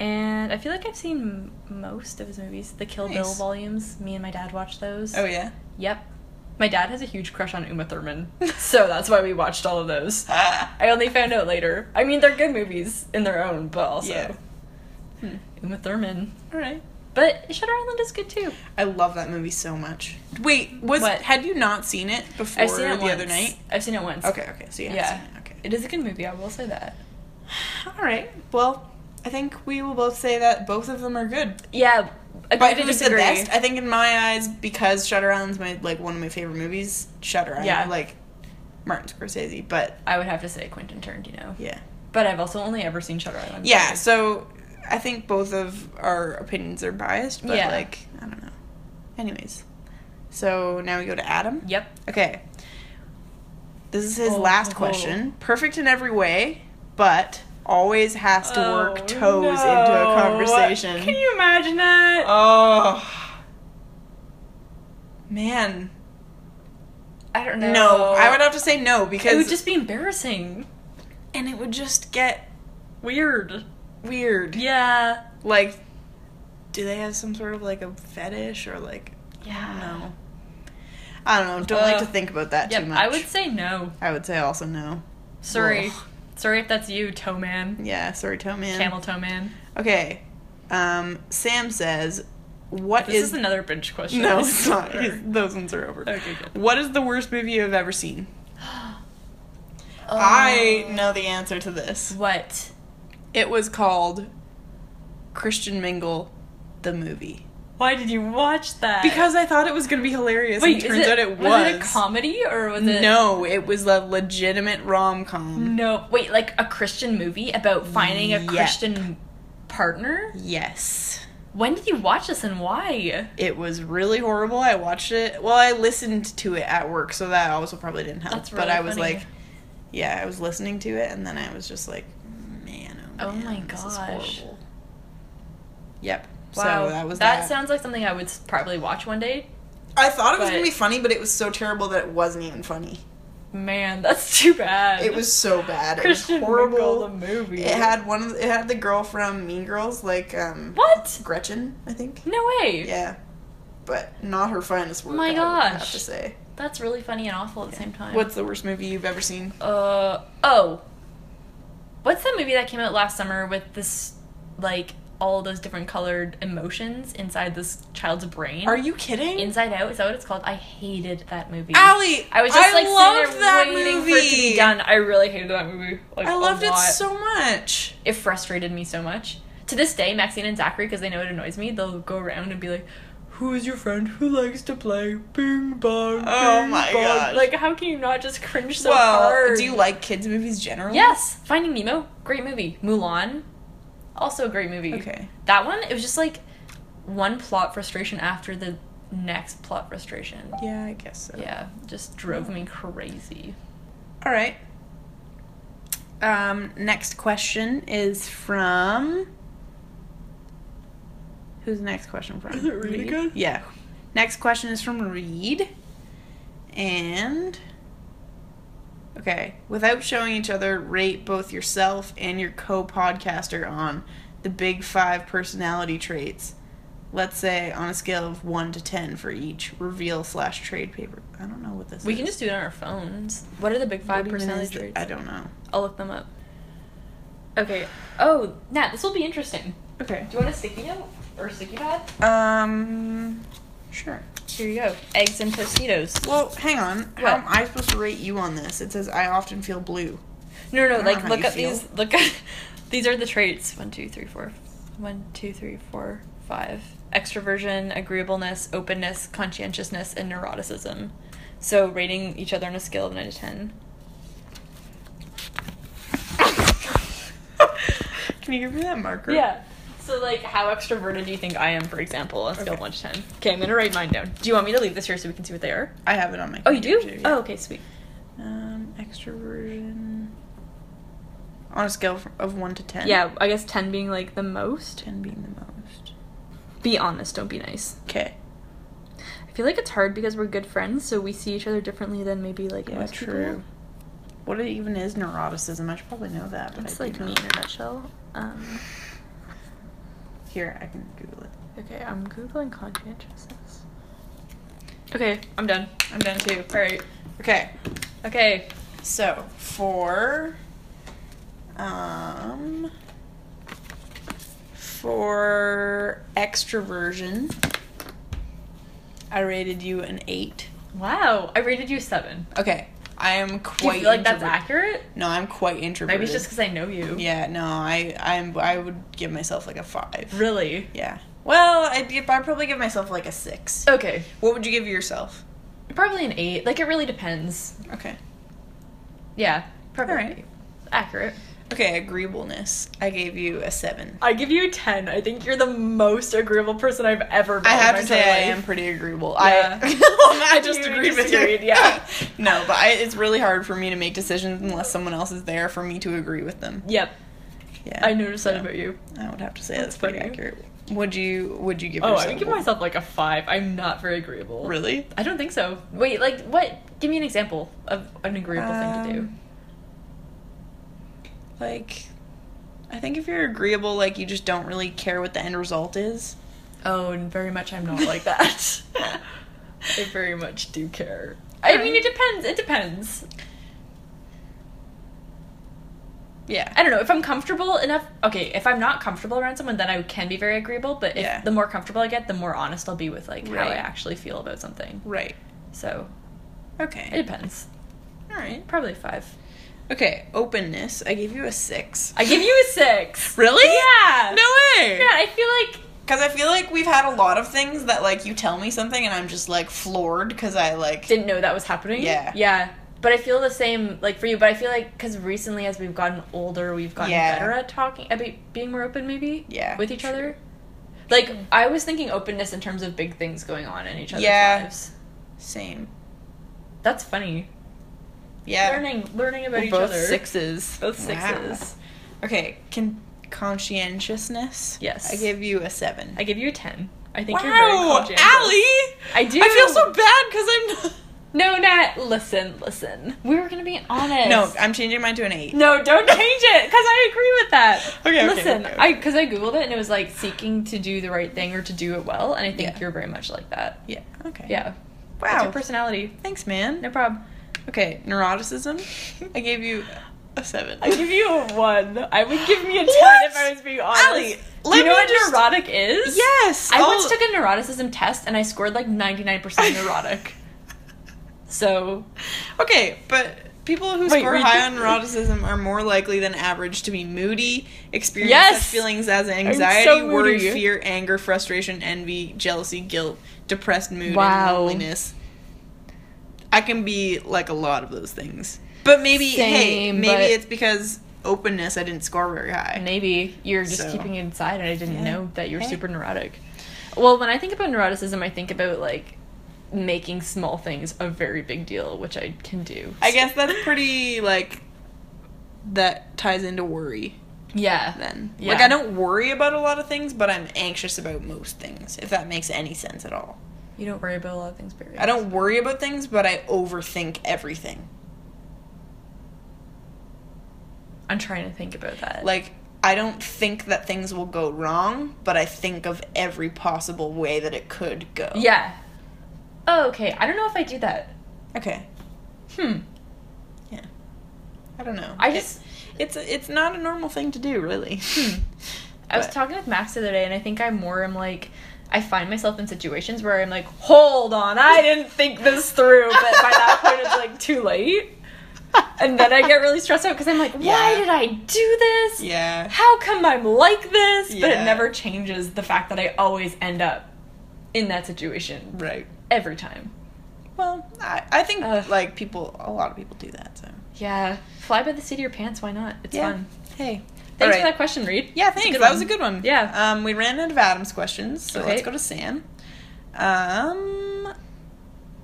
Speaker 2: And I feel like I've seen m- most of his movies. The Kill Bill
Speaker 1: Nice.
Speaker 2: volumes, me and my dad watched those.
Speaker 1: Oh yeah.
Speaker 2: Yep. My dad has a huge crush on Uma Thurman, so that's why we watched all of those.
Speaker 1: Ah.
Speaker 2: I only found out later. I mean, they're good movies in their own, but also
Speaker 1: Yeah. Hmm.
Speaker 2: Uma Thurman.
Speaker 1: All right.
Speaker 2: But Shutter Island is good too.
Speaker 1: I love that movie so much. Wait, was
Speaker 2: What?
Speaker 1: had you not seen it before
Speaker 2: I've seen it
Speaker 1: the
Speaker 2: once.
Speaker 1: other night?
Speaker 2: I've seen it once.
Speaker 1: Okay, okay. So you have
Speaker 2: Yeah.
Speaker 1: seen it. Okay.
Speaker 2: It is a good movie. I will say that.
Speaker 1: All right. Well, I think we will both say that both of them are good.
Speaker 2: Yeah. Agree
Speaker 1: But
Speaker 2: to
Speaker 1: who's the
Speaker 2: disagree.
Speaker 1: best? I think in my eyes, because Shutter Island's my like one of my favorite movies. Shutter Island,
Speaker 2: Yeah.
Speaker 1: like Martin Scorsese. But
Speaker 2: I would have to say Quentin Tarantino.
Speaker 1: yeah,
Speaker 2: But I've also only ever seen Shutter Island.
Speaker 1: yeah.
Speaker 2: twice.
Speaker 1: So I think both of our opinions are biased, but
Speaker 2: Yeah.
Speaker 1: like I don't know. Anyways, so now we go to Adam.
Speaker 2: Yep.
Speaker 1: Okay. This is his
Speaker 2: Oh,
Speaker 1: last
Speaker 2: oh, oh.
Speaker 1: question. Perfect in every way, but always has to work toes into
Speaker 2: Oh, no.
Speaker 1: a conversation. Uh,
Speaker 2: Can you imagine that?
Speaker 1: Oh. Man.
Speaker 2: I don't know.
Speaker 1: No. I would have to say no because
Speaker 2: It would just be embarrassing.
Speaker 1: and it would just get
Speaker 2: Weird.
Speaker 1: weird.
Speaker 2: Yeah.
Speaker 1: Like do they have some sort of like a fetish or like I don't know. I don't know. Don't like
Speaker 2: Uh,
Speaker 1: to think about that
Speaker 2: Yep,
Speaker 1: too much.
Speaker 2: I would say no.
Speaker 1: I would say also no.
Speaker 2: Sorry.
Speaker 1: Ugh.
Speaker 2: Sorry if that's you, toe man.
Speaker 1: Yeah, sorry, toe man.
Speaker 2: Camel toe man.
Speaker 1: Okay. Um, Sam says, "What
Speaker 2: This
Speaker 1: is
Speaker 2: is another binge question.
Speaker 1: no?
Speaker 2: I
Speaker 1: It's not.
Speaker 2: swear.
Speaker 1: He's- Those ones are over.
Speaker 2: Okay, good.
Speaker 1: What is the worst movie you have ever seen? I
Speaker 2: Um,
Speaker 1: know the answer to this.
Speaker 2: What?
Speaker 1: It was called Christian Mingle, the movie,
Speaker 2: Why did you watch that?
Speaker 1: because I thought it was going to be hilarious.
Speaker 2: Wait,
Speaker 1: and
Speaker 2: is
Speaker 1: turns out it was.
Speaker 2: was it a comedy or was it
Speaker 1: no, it was a legitimate rom com.
Speaker 2: No. Wait, like a Christian movie about finding a
Speaker 1: Yep.
Speaker 2: Christian partner?
Speaker 1: Yes.
Speaker 2: When did you watch this and why?
Speaker 1: It was really horrible. I watched it. Well, I listened to it at work, so that also probably didn't help.
Speaker 2: That's
Speaker 1: but
Speaker 2: really
Speaker 1: I was
Speaker 2: funny.
Speaker 1: like, yeah, I was listening to it, and then I was just like, man, oh,
Speaker 2: Oh my
Speaker 1: man, this is
Speaker 2: gosh.
Speaker 1: horrible. Yep.
Speaker 2: Wow.
Speaker 1: So that was
Speaker 2: that
Speaker 1: that.
Speaker 2: sounds like something I would s- probably watch one day.
Speaker 1: I thought it was
Speaker 2: but-
Speaker 1: gonna be funny, but it was so terrible that it wasn't even funny.
Speaker 2: Man, that's too bad.
Speaker 1: It was so bad.
Speaker 2: Christian
Speaker 1: it was
Speaker 2: Mingle,
Speaker 1: horrible.
Speaker 2: the movie.
Speaker 1: It had one. Of the, it had the girl from Mean Girls, like um,
Speaker 2: What?
Speaker 1: Gretchen, I think.
Speaker 2: No way.
Speaker 1: Yeah, but not her finest work.
Speaker 2: My
Speaker 1: I would
Speaker 2: gosh.
Speaker 1: have to say.
Speaker 2: That's really funny and awful at the same time.
Speaker 1: What's the worst movie you've ever seen?
Speaker 2: uh oh. What's that movie that came out last summer with this like all those different colored emotions inside this child's brain?
Speaker 1: Are you kidding?
Speaker 2: Inside Out, is that what it's called? I hated that movie.
Speaker 1: Allie,
Speaker 2: I was just like
Speaker 1: loved
Speaker 2: sitting there
Speaker 1: that
Speaker 2: waiting
Speaker 1: movie.
Speaker 2: for it to be done. I really hated that movie. Like,
Speaker 1: I
Speaker 2: a
Speaker 1: loved it
Speaker 2: lot.
Speaker 1: so much.
Speaker 2: it frustrated me so much. To this day, Maxine and Zachary, because they know it annoys me, they'll go around and be like, "Who is your friend who likes to play ping pong?"
Speaker 1: Oh
Speaker 2: ping
Speaker 1: my
Speaker 2: pong?"
Speaker 1: gosh.
Speaker 2: Like, how can you not just cringe so
Speaker 1: well,
Speaker 2: hard?
Speaker 1: do you like kids movies generally?
Speaker 2: Yes, Finding Nemo, great movie. Mulan, also a great movie.
Speaker 1: Okay.
Speaker 2: That one, it was just like one plot frustration after the next plot frustration.
Speaker 1: Yeah, I guess so.
Speaker 2: Yeah, just drove me crazy.
Speaker 1: All right. Um, next question is from. Who's the next question from?
Speaker 2: Is it Reed again?
Speaker 1: Yeah. Next question is from Reed. And. Okay. Without showing each other, rate both yourself and your co podcaster on the big five personality traits. Let's say on a scale of 1 to 10 for each reveal slash trade paper. I don't know what this
Speaker 2: We
Speaker 1: is.
Speaker 2: can just do it on our phones. What are the big
Speaker 1: What
Speaker 2: five
Speaker 1: even
Speaker 2: personality
Speaker 1: is it?
Speaker 2: traits?
Speaker 1: I don't know.
Speaker 2: I'll look them up. Okay. Oh, Nat, this will be interesting.
Speaker 1: Okay.
Speaker 2: Do you want a sticky note or a sticky pad?
Speaker 1: Um, sure.
Speaker 2: Here you go. Eggs and Tostitos.
Speaker 1: Well, hang on. How
Speaker 2: What?
Speaker 1: am I supposed to rate you on this? It says I often feel blue.
Speaker 2: No,
Speaker 1: I
Speaker 2: no,
Speaker 1: don't know
Speaker 2: like
Speaker 1: how
Speaker 2: look
Speaker 1: you
Speaker 2: up
Speaker 1: feel.
Speaker 2: these. Look, these are the traits. One, two, three, four. One, two, three, four, five. Extroversion, agreeableness, openness, conscientiousness, and neuroticism. So rating each other on a scale of nine to ten.
Speaker 1: Can you give me that marker?
Speaker 2: Yeah. So like, how extroverted do you think I am, for example, on a scale of
Speaker 1: Okay.
Speaker 2: one to ten? Okay, I'm gonna write mine down. Do you want me to leave this here so we can see what they are?
Speaker 1: I have it on my.
Speaker 2: Oh, you do?
Speaker 1: computer, too, yeah.
Speaker 2: Oh, okay, sweet.
Speaker 1: Um, extroversion. On a scale of- of one to ten.
Speaker 2: Yeah, I guess ten being like the most.
Speaker 1: Ten being the most.
Speaker 2: Be honest. Don't be nice.
Speaker 1: Okay.
Speaker 2: I feel like it's hard because we're good friends, so we see each other differently than maybe like
Speaker 1: Yeah,
Speaker 2: most
Speaker 1: true.
Speaker 2: people.
Speaker 1: What it even is neuroticism? I should probably know that. But
Speaker 2: It's
Speaker 1: I
Speaker 2: like
Speaker 1: do
Speaker 2: me
Speaker 1: not.
Speaker 2: in a nutshell. Um,
Speaker 1: Here, I can Google it.
Speaker 2: okay, I'm googling conscientiousness. Okay, I'm done. I'm done too. All right.
Speaker 1: Okay.
Speaker 2: Okay.
Speaker 1: So for um for extroversion, I rated you an eight.
Speaker 2: Wow, I rated you a seven.
Speaker 1: Okay, I am quite.
Speaker 2: Do you feel like that's
Speaker 1: introvert-
Speaker 2: accurate?
Speaker 1: No, I'm quite introverted.
Speaker 2: Maybe it's just because I know you.
Speaker 1: Yeah, no, I I'm I would give myself like a five.
Speaker 2: Really.
Speaker 1: Yeah. Well, I'd, give- I'd probably give myself like a six.
Speaker 2: Okay.
Speaker 1: What would you give yourself?
Speaker 2: Probably an eight. Like it really depends.
Speaker 1: Okay.
Speaker 2: Yeah. Probably.
Speaker 1: All right.
Speaker 2: eight. Accurate.
Speaker 1: Okay, agreeableness. I gave you a seven.
Speaker 2: I give you a ten. I think you're the most agreeable person I've ever been.
Speaker 1: I
Speaker 2: in
Speaker 1: have
Speaker 2: my
Speaker 1: to say
Speaker 2: entire
Speaker 1: I
Speaker 2: life.
Speaker 1: am pretty agreeable.
Speaker 2: Yeah.
Speaker 1: I I just
Speaker 2: You
Speaker 1: agreed with you.
Speaker 2: disagreed, yeah.
Speaker 1: no, but I, it's really hard for me to make decisions unless someone else is there for me to agree with them.
Speaker 2: Yep.
Speaker 1: Yeah.
Speaker 2: I noticed that
Speaker 1: so
Speaker 2: about you.
Speaker 1: I would have to say that's,
Speaker 2: That's
Speaker 1: pretty
Speaker 2: funny.
Speaker 1: accurate. Would you would you give
Speaker 2: Oh,
Speaker 1: yourself
Speaker 2: I would give
Speaker 1: a-
Speaker 2: myself like a five. I'm not very agreeable.
Speaker 1: Really?
Speaker 2: I don't think so. Wait, like what? Give me an example of an agreeable thing to do.
Speaker 1: Um, Like I think if you're agreeable, like you just don't really care what the end result is.
Speaker 2: Oh, and very much I'm not like that. I very much do care. I mean, it depends. It depends.
Speaker 1: Yeah.
Speaker 2: I don't know if I'm comfortable enough. Okay, if I'm not comfortable around someone, then I can be very agreeable. But if,
Speaker 1: Yeah.
Speaker 2: the more comfortable I get, the more honest I'll be with like how I
Speaker 1: Right.
Speaker 2: actually feel about something.
Speaker 1: Right.
Speaker 2: So it
Speaker 1: Okay.
Speaker 2: depends.
Speaker 1: All right.
Speaker 2: Probably five.
Speaker 1: Okay. Openness. I gave you a six.
Speaker 2: I give you a six.
Speaker 1: Really?
Speaker 2: Yeah.
Speaker 1: No way.
Speaker 2: Yeah, I feel like
Speaker 1: Because I feel like we've had a lot of things that, like, you tell me something and I'm just, like, floored because I, like.
Speaker 2: didn't know that was happening.
Speaker 1: Yeah.
Speaker 2: Yeah. But I feel the same like for you. But I feel like because recently, as we've gotten older, we've gotten
Speaker 1: Yeah.
Speaker 2: better at talking, at be, being more open, maybe.
Speaker 1: Yeah,
Speaker 2: With each
Speaker 1: sure.
Speaker 2: other. Like I was thinking openness in terms of big things going on in each other's
Speaker 1: Yeah.
Speaker 2: lives.
Speaker 1: Same.
Speaker 2: That's funny.
Speaker 1: Yeah.
Speaker 2: Learning, learning about
Speaker 1: We're
Speaker 2: each
Speaker 1: both
Speaker 2: other.
Speaker 1: sixes.
Speaker 2: Both
Speaker 1: Wow.
Speaker 2: sixes.
Speaker 1: Okay. Con- conscientiousness.
Speaker 2: Yes.
Speaker 1: I give you a seven.
Speaker 2: I give you a ten. I think you're very
Speaker 1: wow,
Speaker 2: conscientious.
Speaker 1: Allie!
Speaker 2: I do.
Speaker 1: I feel so bad because I'm. Not-
Speaker 2: No, Nat. Listen, listen. We were gonna be honest.
Speaker 1: no, I'm changing mine to an eight.
Speaker 2: No, don't change it because I agree with that.
Speaker 1: Okay, okay,
Speaker 2: Listen,
Speaker 1: okay, okay.
Speaker 2: I because I googled it and it was like seeking to do the right thing or to do it well, and I think
Speaker 1: Yeah.
Speaker 2: you're very much like that.
Speaker 1: Yeah. Okay.
Speaker 2: Yeah. That's
Speaker 1: Wow.
Speaker 2: your personality.
Speaker 1: Thanks, man.
Speaker 2: No problem.
Speaker 1: Okay. Neuroticism. I gave you a seven.
Speaker 2: I give you a one. I would give me a ten
Speaker 1: What?
Speaker 2: if I was being honest.
Speaker 1: Allie,
Speaker 2: do
Speaker 1: let
Speaker 2: you know
Speaker 1: me
Speaker 2: what
Speaker 1: just-
Speaker 2: neurotic is? Oh.
Speaker 1: Yes.
Speaker 2: I
Speaker 1: I'll-
Speaker 2: once took a neuroticism test and I scored like ninety nine percent neurotic. So
Speaker 1: Okay, but people who
Speaker 2: Wait,
Speaker 1: score
Speaker 2: read
Speaker 1: high
Speaker 2: the-
Speaker 1: on neuroticism are more likely than average to be moody, experience
Speaker 2: Yes!
Speaker 1: such feelings as anxiety,
Speaker 2: so
Speaker 1: worry,
Speaker 2: moody.
Speaker 1: fear, anger, frustration, envy, jealousy, guilt, depressed mood,
Speaker 2: Wow.
Speaker 1: and loneliness. I can be like a lot of those things. But maybe hey,
Speaker 2: Same,
Speaker 1: maybe
Speaker 2: but-
Speaker 1: it's because openness I didn't score very high.
Speaker 2: Maybe you're just
Speaker 1: So-
Speaker 2: keeping it inside, and I didn't
Speaker 1: Yeah.
Speaker 2: know that you're
Speaker 1: Hey.
Speaker 2: super neurotic. Well, when I think about neuroticism, I think about like making small things a very big deal, which I can do.
Speaker 1: I guess that's pretty like that ties into worry
Speaker 2: Yeah.
Speaker 1: then.
Speaker 2: Yeah.
Speaker 1: Like I don't worry about a lot of things, but I'm anxious about most things, if that makes any sense at all.
Speaker 2: You don't worry about a lot of things, period.
Speaker 1: I don't worry about things, but I overthink everything.
Speaker 2: I'm trying to think about that.
Speaker 1: Like I don't think that things will go wrong, but I think of every possible way that it could go.
Speaker 2: yeah. Oh, okay. I don't know if I do that.
Speaker 1: Okay.
Speaker 2: Hmm.
Speaker 1: I don't know.
Speaker 2: I just Hmm.
Speaker 1: it's it's not a normal thing to do, really.
Speaker 2: I was
Speaker 1: but-
Speaker 2: talking with Max the other day, and I think I'm more. I'm like. I find myself in situations where I'm like, hold on, I didn't think this through, but by that point it's like too late. And then I get really stressed out because I'm like, why
Speaker 1: Yeah.
Speaker 2: did I do this?
Speaker 1: yeah.
Speaker 2: how come I'm like this? But
Speaker 1: Yeah.
Speaker 2: it never changes the fact that I always end up in that situation
Speaker 1: Right.
Speaker 2: every time.
Speaker 1: Well, I, I think
Speaker 2: Ugh.
Speaker 1: like people, a lot of people do that. So
Speaker 2: Yeah. Fly by the seat of your pants, why not? It's
Speaker 1: Yeah.
Speaker 2: fun.
Speaker 1: hey,
Speaker 2: Thanks for that question, Reed.
Speaker 1: Yeah,
Speaker 2: It's a
Speaker 1: thanks.
Speaker 2: good
Speaker 1: That
Speaker 2: one.
Speaker 1: was a good one.
Speaker 2: Yeah.
Speaker 1: Um, we ran out of Adam's questions, so
Speaker 2: Okay.
Speaker 1: let's go to Sam. Um,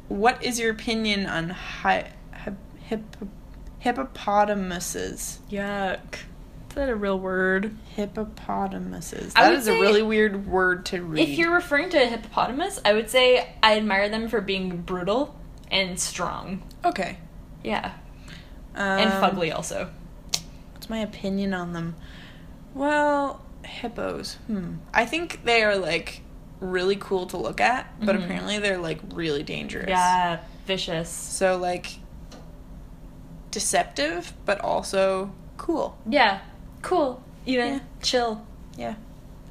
Speaker 1: what is your opinion on hi- hip- hip- hippopotamuses?
Speaker 2: Yuck. Is that a real word?
Speaker 1: Hippopotamuses.
Speaker 2: I
Speaker 1: That
Speaker 2: would
Speaker 1: is
Speaker 2: say-
Speaker 1: a really weird word to read.
Speaker 2: If you're referring to a hippopotamus, I would say I admire them for being brutal and strong.
Speaker 1: okay.
Speaker 2: Yeah.
Speaker 1: Um,
Speaker 2: And fugly also.
Speaker 1: What's my opinion on them? Well, hippos. Hmm. I think they are like really cool to look at, but
Speaker 2: Mhm.
Speaker 1: apparently they're like really dangerous.
Speaker 2: Yeah. Vicious.
Speaker 1: So like deceptive, but also cool.
Speaker 2: Yeah. Cool. Even
Speaker 1: Yeah.
Speaker 2: chill.
Speaker 1: Yeah.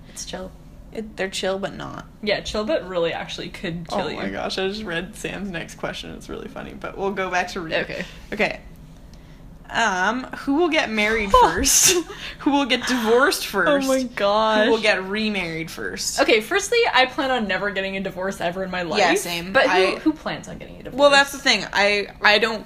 Speaker 2: It's chill.
Speaker 1: It, they're chill but not.
Speaker 2: Yeah, chill but really actually could kill
Speaker 1: oh
Speaker 2: you.
Speaker 1: my gosh, I just read Sam's next question. It's really funny, but we'll go back to read.
Speaker 2: Okay.
Speaker 1: Okay. Um, who will get married first? who will get divorced first?
Speaker 2: Oh gosh.
Speaker 1: Who will get remarried first?
Speaker 2: Okay, firstly, I plan on never getting a divorce ever in my life.
Speaker 1: Yeah, same.
Speaker 2: But who,
Speaker 1: I-
Speaker 2: who plans on getting a divorce?
Speaker 1: Well, that's the thing. I I don't.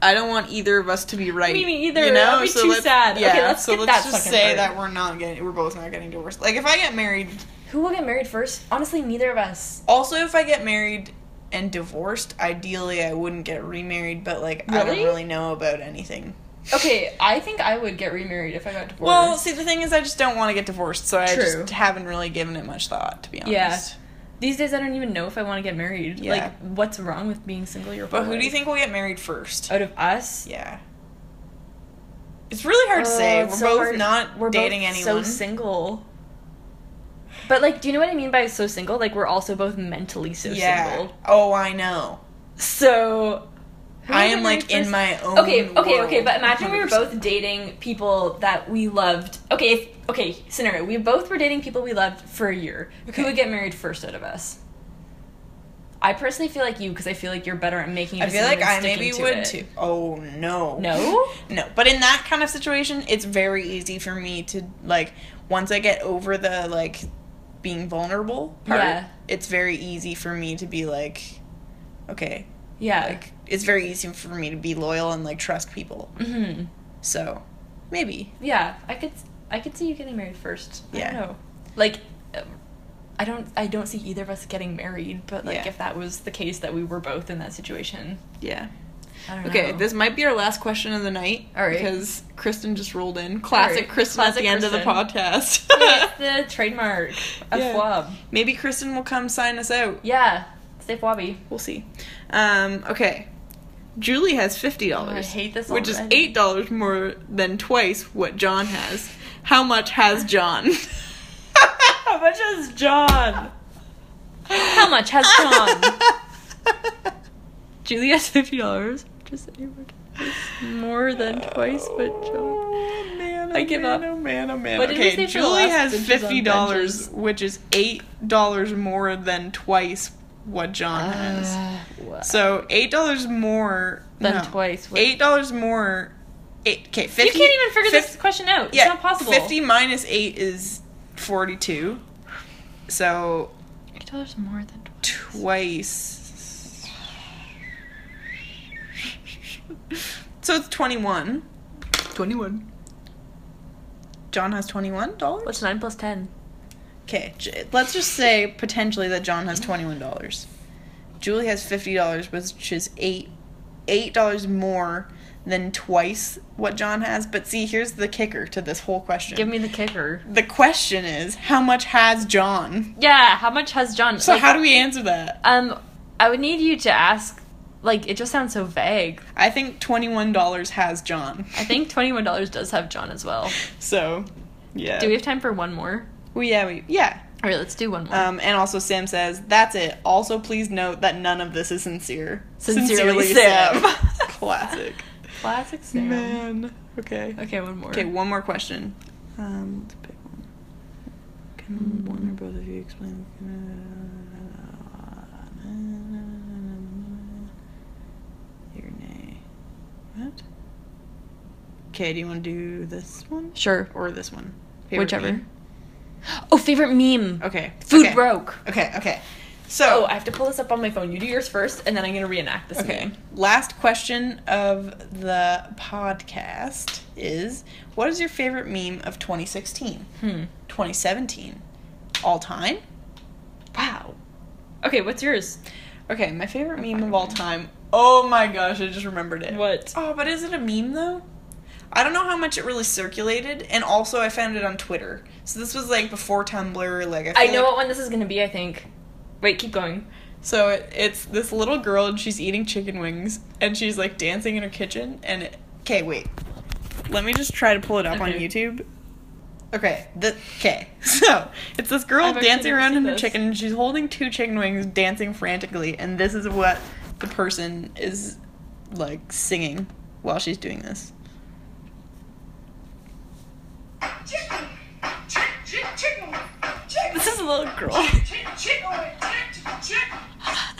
Speaker 1: I don't want either of us to be right.
Speaker 2: Me neither. That'd be too
Speaker 1: let's-
Speaker 2: sad.
Speaker 1: Yeah,
Speaker 2: Okay, let's
Speaker 1: so
Speaker 2: get
Speaker 1: let's
Speaker 2: that
Speaker 1: just
Speaker 2: sucker
Speaker 1: say
Speaker 2: first.
Speaker 1: that we're not getting. We're both not getting divorced. Like if I get married.
Speaker 2: Who will get married first? Honestly, neither of us.
Speaker 1: Also, if I get married and divorced, ideally I wouldn't get remarried. But like I don't
Speaker 2: Really?
Speaker 1: really know about anything.
Speaker 2: Okay, I think I would get remarried if I got divorced.
Speaker 1: Well, see, the thing is, I just don't want to get divorced, so I
Speaker 2: True.
Speaker 1: just haven't really given it much thought, to be honest.
Speaker 2: Yeah. these days I don't even know if I want to get married.
Speaker 1: Yeah.
Speaker 2: Like, what's wrong with being single your
Speaker 1: But
Speaker 2: whole
Speaker 1: who do you
Speaker 2: life?
Speaker 1: think will get married first?
Speaker 2: Out of us?
Speaker 1: Yeah. It's really hard to
Speaker 2: Oh,
Speaker 1: say. We're
Speaker 2: it's so
Speaker 1: both
Speaker 2: hard.
Speaker 1: not
Speaker 2: We're
Speaker 1: dating
Speaker 2: both
Speaker 1: anyone.
Speaker 2: So single. But like, do you know what I mean by so single? Like, we're also both mentally so
Speaker 1: yeah.
Speaker 2: single.
Speaker 1: Oh, I know.
Speaker 2: So who
Speaker 1: I
Speaker 2: do you
Speaker 1: am
Speaker 2: get
Speaker 1: like
Speaker 2: married
Speaker 1: in
Speaker 2: first?
Speaker 1: my own.
Speaker 2: okay okay okay
Speaker 1: world,
Speaker 2: but imagine we were
Speaker 1: 100%.
Speaker 2: both dating people that we loved okay if, okay scenario we both were dating people we loved for a year
Speaker 1: Okay.
Speaker 2: who would get married first out of us i personally feel like you because i feel like you're better at making a
Speaker 1: I feel like
Speaker 2: decision and
Speaker 1: I maybe
Speaker 2: sticking to
Speaker 1: would
Speaker 2: it.
Speaker 1: too. Oh no.
Speaker 2: no
Speaker 1: No, but in that kind of situation, it's very easy for me to like once I get over the like being vulnerable part,
Speaker 2: Yeah.
Speaker 1: it's very easy for me to be like okay,
Speaker 2: yeah
Speaker 1: like it's very easy for me to be loyal and like trust people.
Speaker 2: hmm
Speaker 1: So, maybe.
Speaker 2: yeah i could i could see you getting married first
Speaker 1: Yeah.
Speaker 2: i don't know like um, I don't. I don't see either of us getting married, but like
Speaker 1: Yeah.
Speaker 2: if that was the case that we were both in that situation,
Speaker 1: Yeah.
Speaker 2: I don't
Speaker 1: Okay,
Speaker 2: know.
Speaker 1: this might be our last question of the night
Speaker 2: All right.
Speaker 1: because Kristen just rolled in. Classic
Speaker 2: right.
Speaker 1: Kristen at
Speaker 2: Classic
Speaker 1: the end of the
Speaker 2: Kristen.
Speaker 1: podcast.
Speaker 2: it's the trademark of
Speaker 1: Yeah.
Speaker 2: Fwab.
Speaker 1: Maybe Kristen will come sign us out.
Speaker 2: Yeah, stay Fwabby.
Speaker 1: We'll see. Um, okay. Julie has fifty
Speaker 2: Oh, I
Speaker 1: dollars,
Speaker 2: hate this.
Speaker 1: which is
Speaker 2: already.
Speaker 1: eight dollars more than twice what John has. How much has John?
Speaker 2: How much has John? How much has John? Julie has fifty dollars, which is eight more times- more than twice what John.
Speaker 1: Oh, man,
Speaker 2: I
Speaker 1: oh,
Speaker 2: give
Speaker 1: man,
Speaker 2: up.
Speaker 1: Oh man, oh man.
Speaker 2: What did we
Speaker 1: okay,
Speaker 2: say for the
Speaker 1: Julie
Speaker 2: last
Speaker 1: has
Speaker 2: bitches on
Speaker 1: fifty dollars, which is eight dollars more than twice what John
Speaker 2: Uh,
Speaker 1: has. Uh, So eight dollars more
Speaker 2: Than
Speaker 1: no.
Speaker 2: twice what-
Speaker 1: Eight dollars more. Eight. Okay,
Speaker 2: you
Speaker 1: fifty.
Speaker 2: can't even figure
Speaker 1: fif-
Speaker 2: this question out.
Speaker 1: yeah,
Speaker 2: it's not possible.
Speaker 1: Fifty minus eight is forty-two. So
Speaker 2: Eight dollars more than twice.
Speaker 1: twice. So it's twenty-one. Twenty-one. John has twenty-one dollars.
Speaker 2: What's nine plus ten?
Speaker 1: Okay, j- let's just say potentially that John has twenty-one dollars. Julie has fifty dollars, which is eight eight dollars more than twice what John has. But see, here's the kicker to this whole question.
Speaker 2: Give me the kicker.
Speaker 1: the question is, how much has John?
Speaker 2: Yeah, how much has John?
Speaker 1: So
Speaker 2: like,
Speaker 1: how do we answer that?
Speaker 2: um, I would need you to ask. Like, it just sounds so vague.
Speaker 1: I think twenty-one dollars has John.
Speaker 2: I think twenty-one dollars does have John as well.
Speaker 1: So, yeah.
Speaker 2: Do we have time for one more?
Speaker 1: Well, yeah, we yeah.
Speaker 2: All right, let's do one more.
Speaker 1: Um, and also Sam says, "That's it." Also, please note that none of this is sincere.
Speaker 2: Sincerely, Sam.
Speaker 1: Classic.
Speaker 2: Classic Sam.
Speaker 1: Man. Okay.
Speaker 2: Okay, one more.
Speaker 1: Okay, one more question. Um, let's pick one. Can one or both of you explain? Your name. What? Okay, do you want to do this one
Speaker 2: Sure.
Speaker 1: or this one?
Speaker 2: Whichever.
Speaker 1: meme?
Speaker 2: Oh, favorite meme.
Speaker 1: Okay.
Speaker 2: Food
Speaker 1: okay.
Speaker 2: broke.
Speaker 1: Okay. Okay.
Speaker 2: Oh,
Speaker 1: So.
Speaker 2: I have to pull this up on my phone. You do yours first, and then I'm gonna reenact this
Speaker 1: Okay.
Speaker 2: meme.
Speaker 1: Last question of the podcast is what is your favorite meme of 2016?
Speaker 2: Hmm.
Speaker 1: 2017? All time?
Speaker 2: Wow. Okay, what's yours?
Speaker 1: Okay, my favorite meme of all time. Oh my gosh, I just remembered it.
Speaker 2: What?
Speaker 1: Oh, but is it a meme though? I don't know how much it really circulated, and also I found it on Twitter. So this was like before Tumblr. Like
Speaker 2: I
Speaker 1: feel
Speaker 2: know
Speaker 1: like-
Speaker 2: what one this is gonna be. I think. Wait, keep going.
Speaker 1: So it, it's this little girl and she's eating chicken wings and she's like dancing in her kitchen and it, okay wait, let me just try to pull it up on
Speaker 2: Okay.
Speaker 1: YouTube. Okay, the okay. So it's this girl
Speaker 2: I've actually
Speaker 1: dancing
Speaker 2: never
Speaker 1: around in
Speaker 2: seen
Speaker 1: her
Speaker 2: this.
Speaker 1: chicken and she's holding two chicken wings, dancing frantically, and this is what the person is like singing while she's doing this.
Speaker 4: Chicken, chick, chick, chicken, chicken,
Speaker 2: This is a little girl.
Speaker 4: chick, chicken, chick, chick.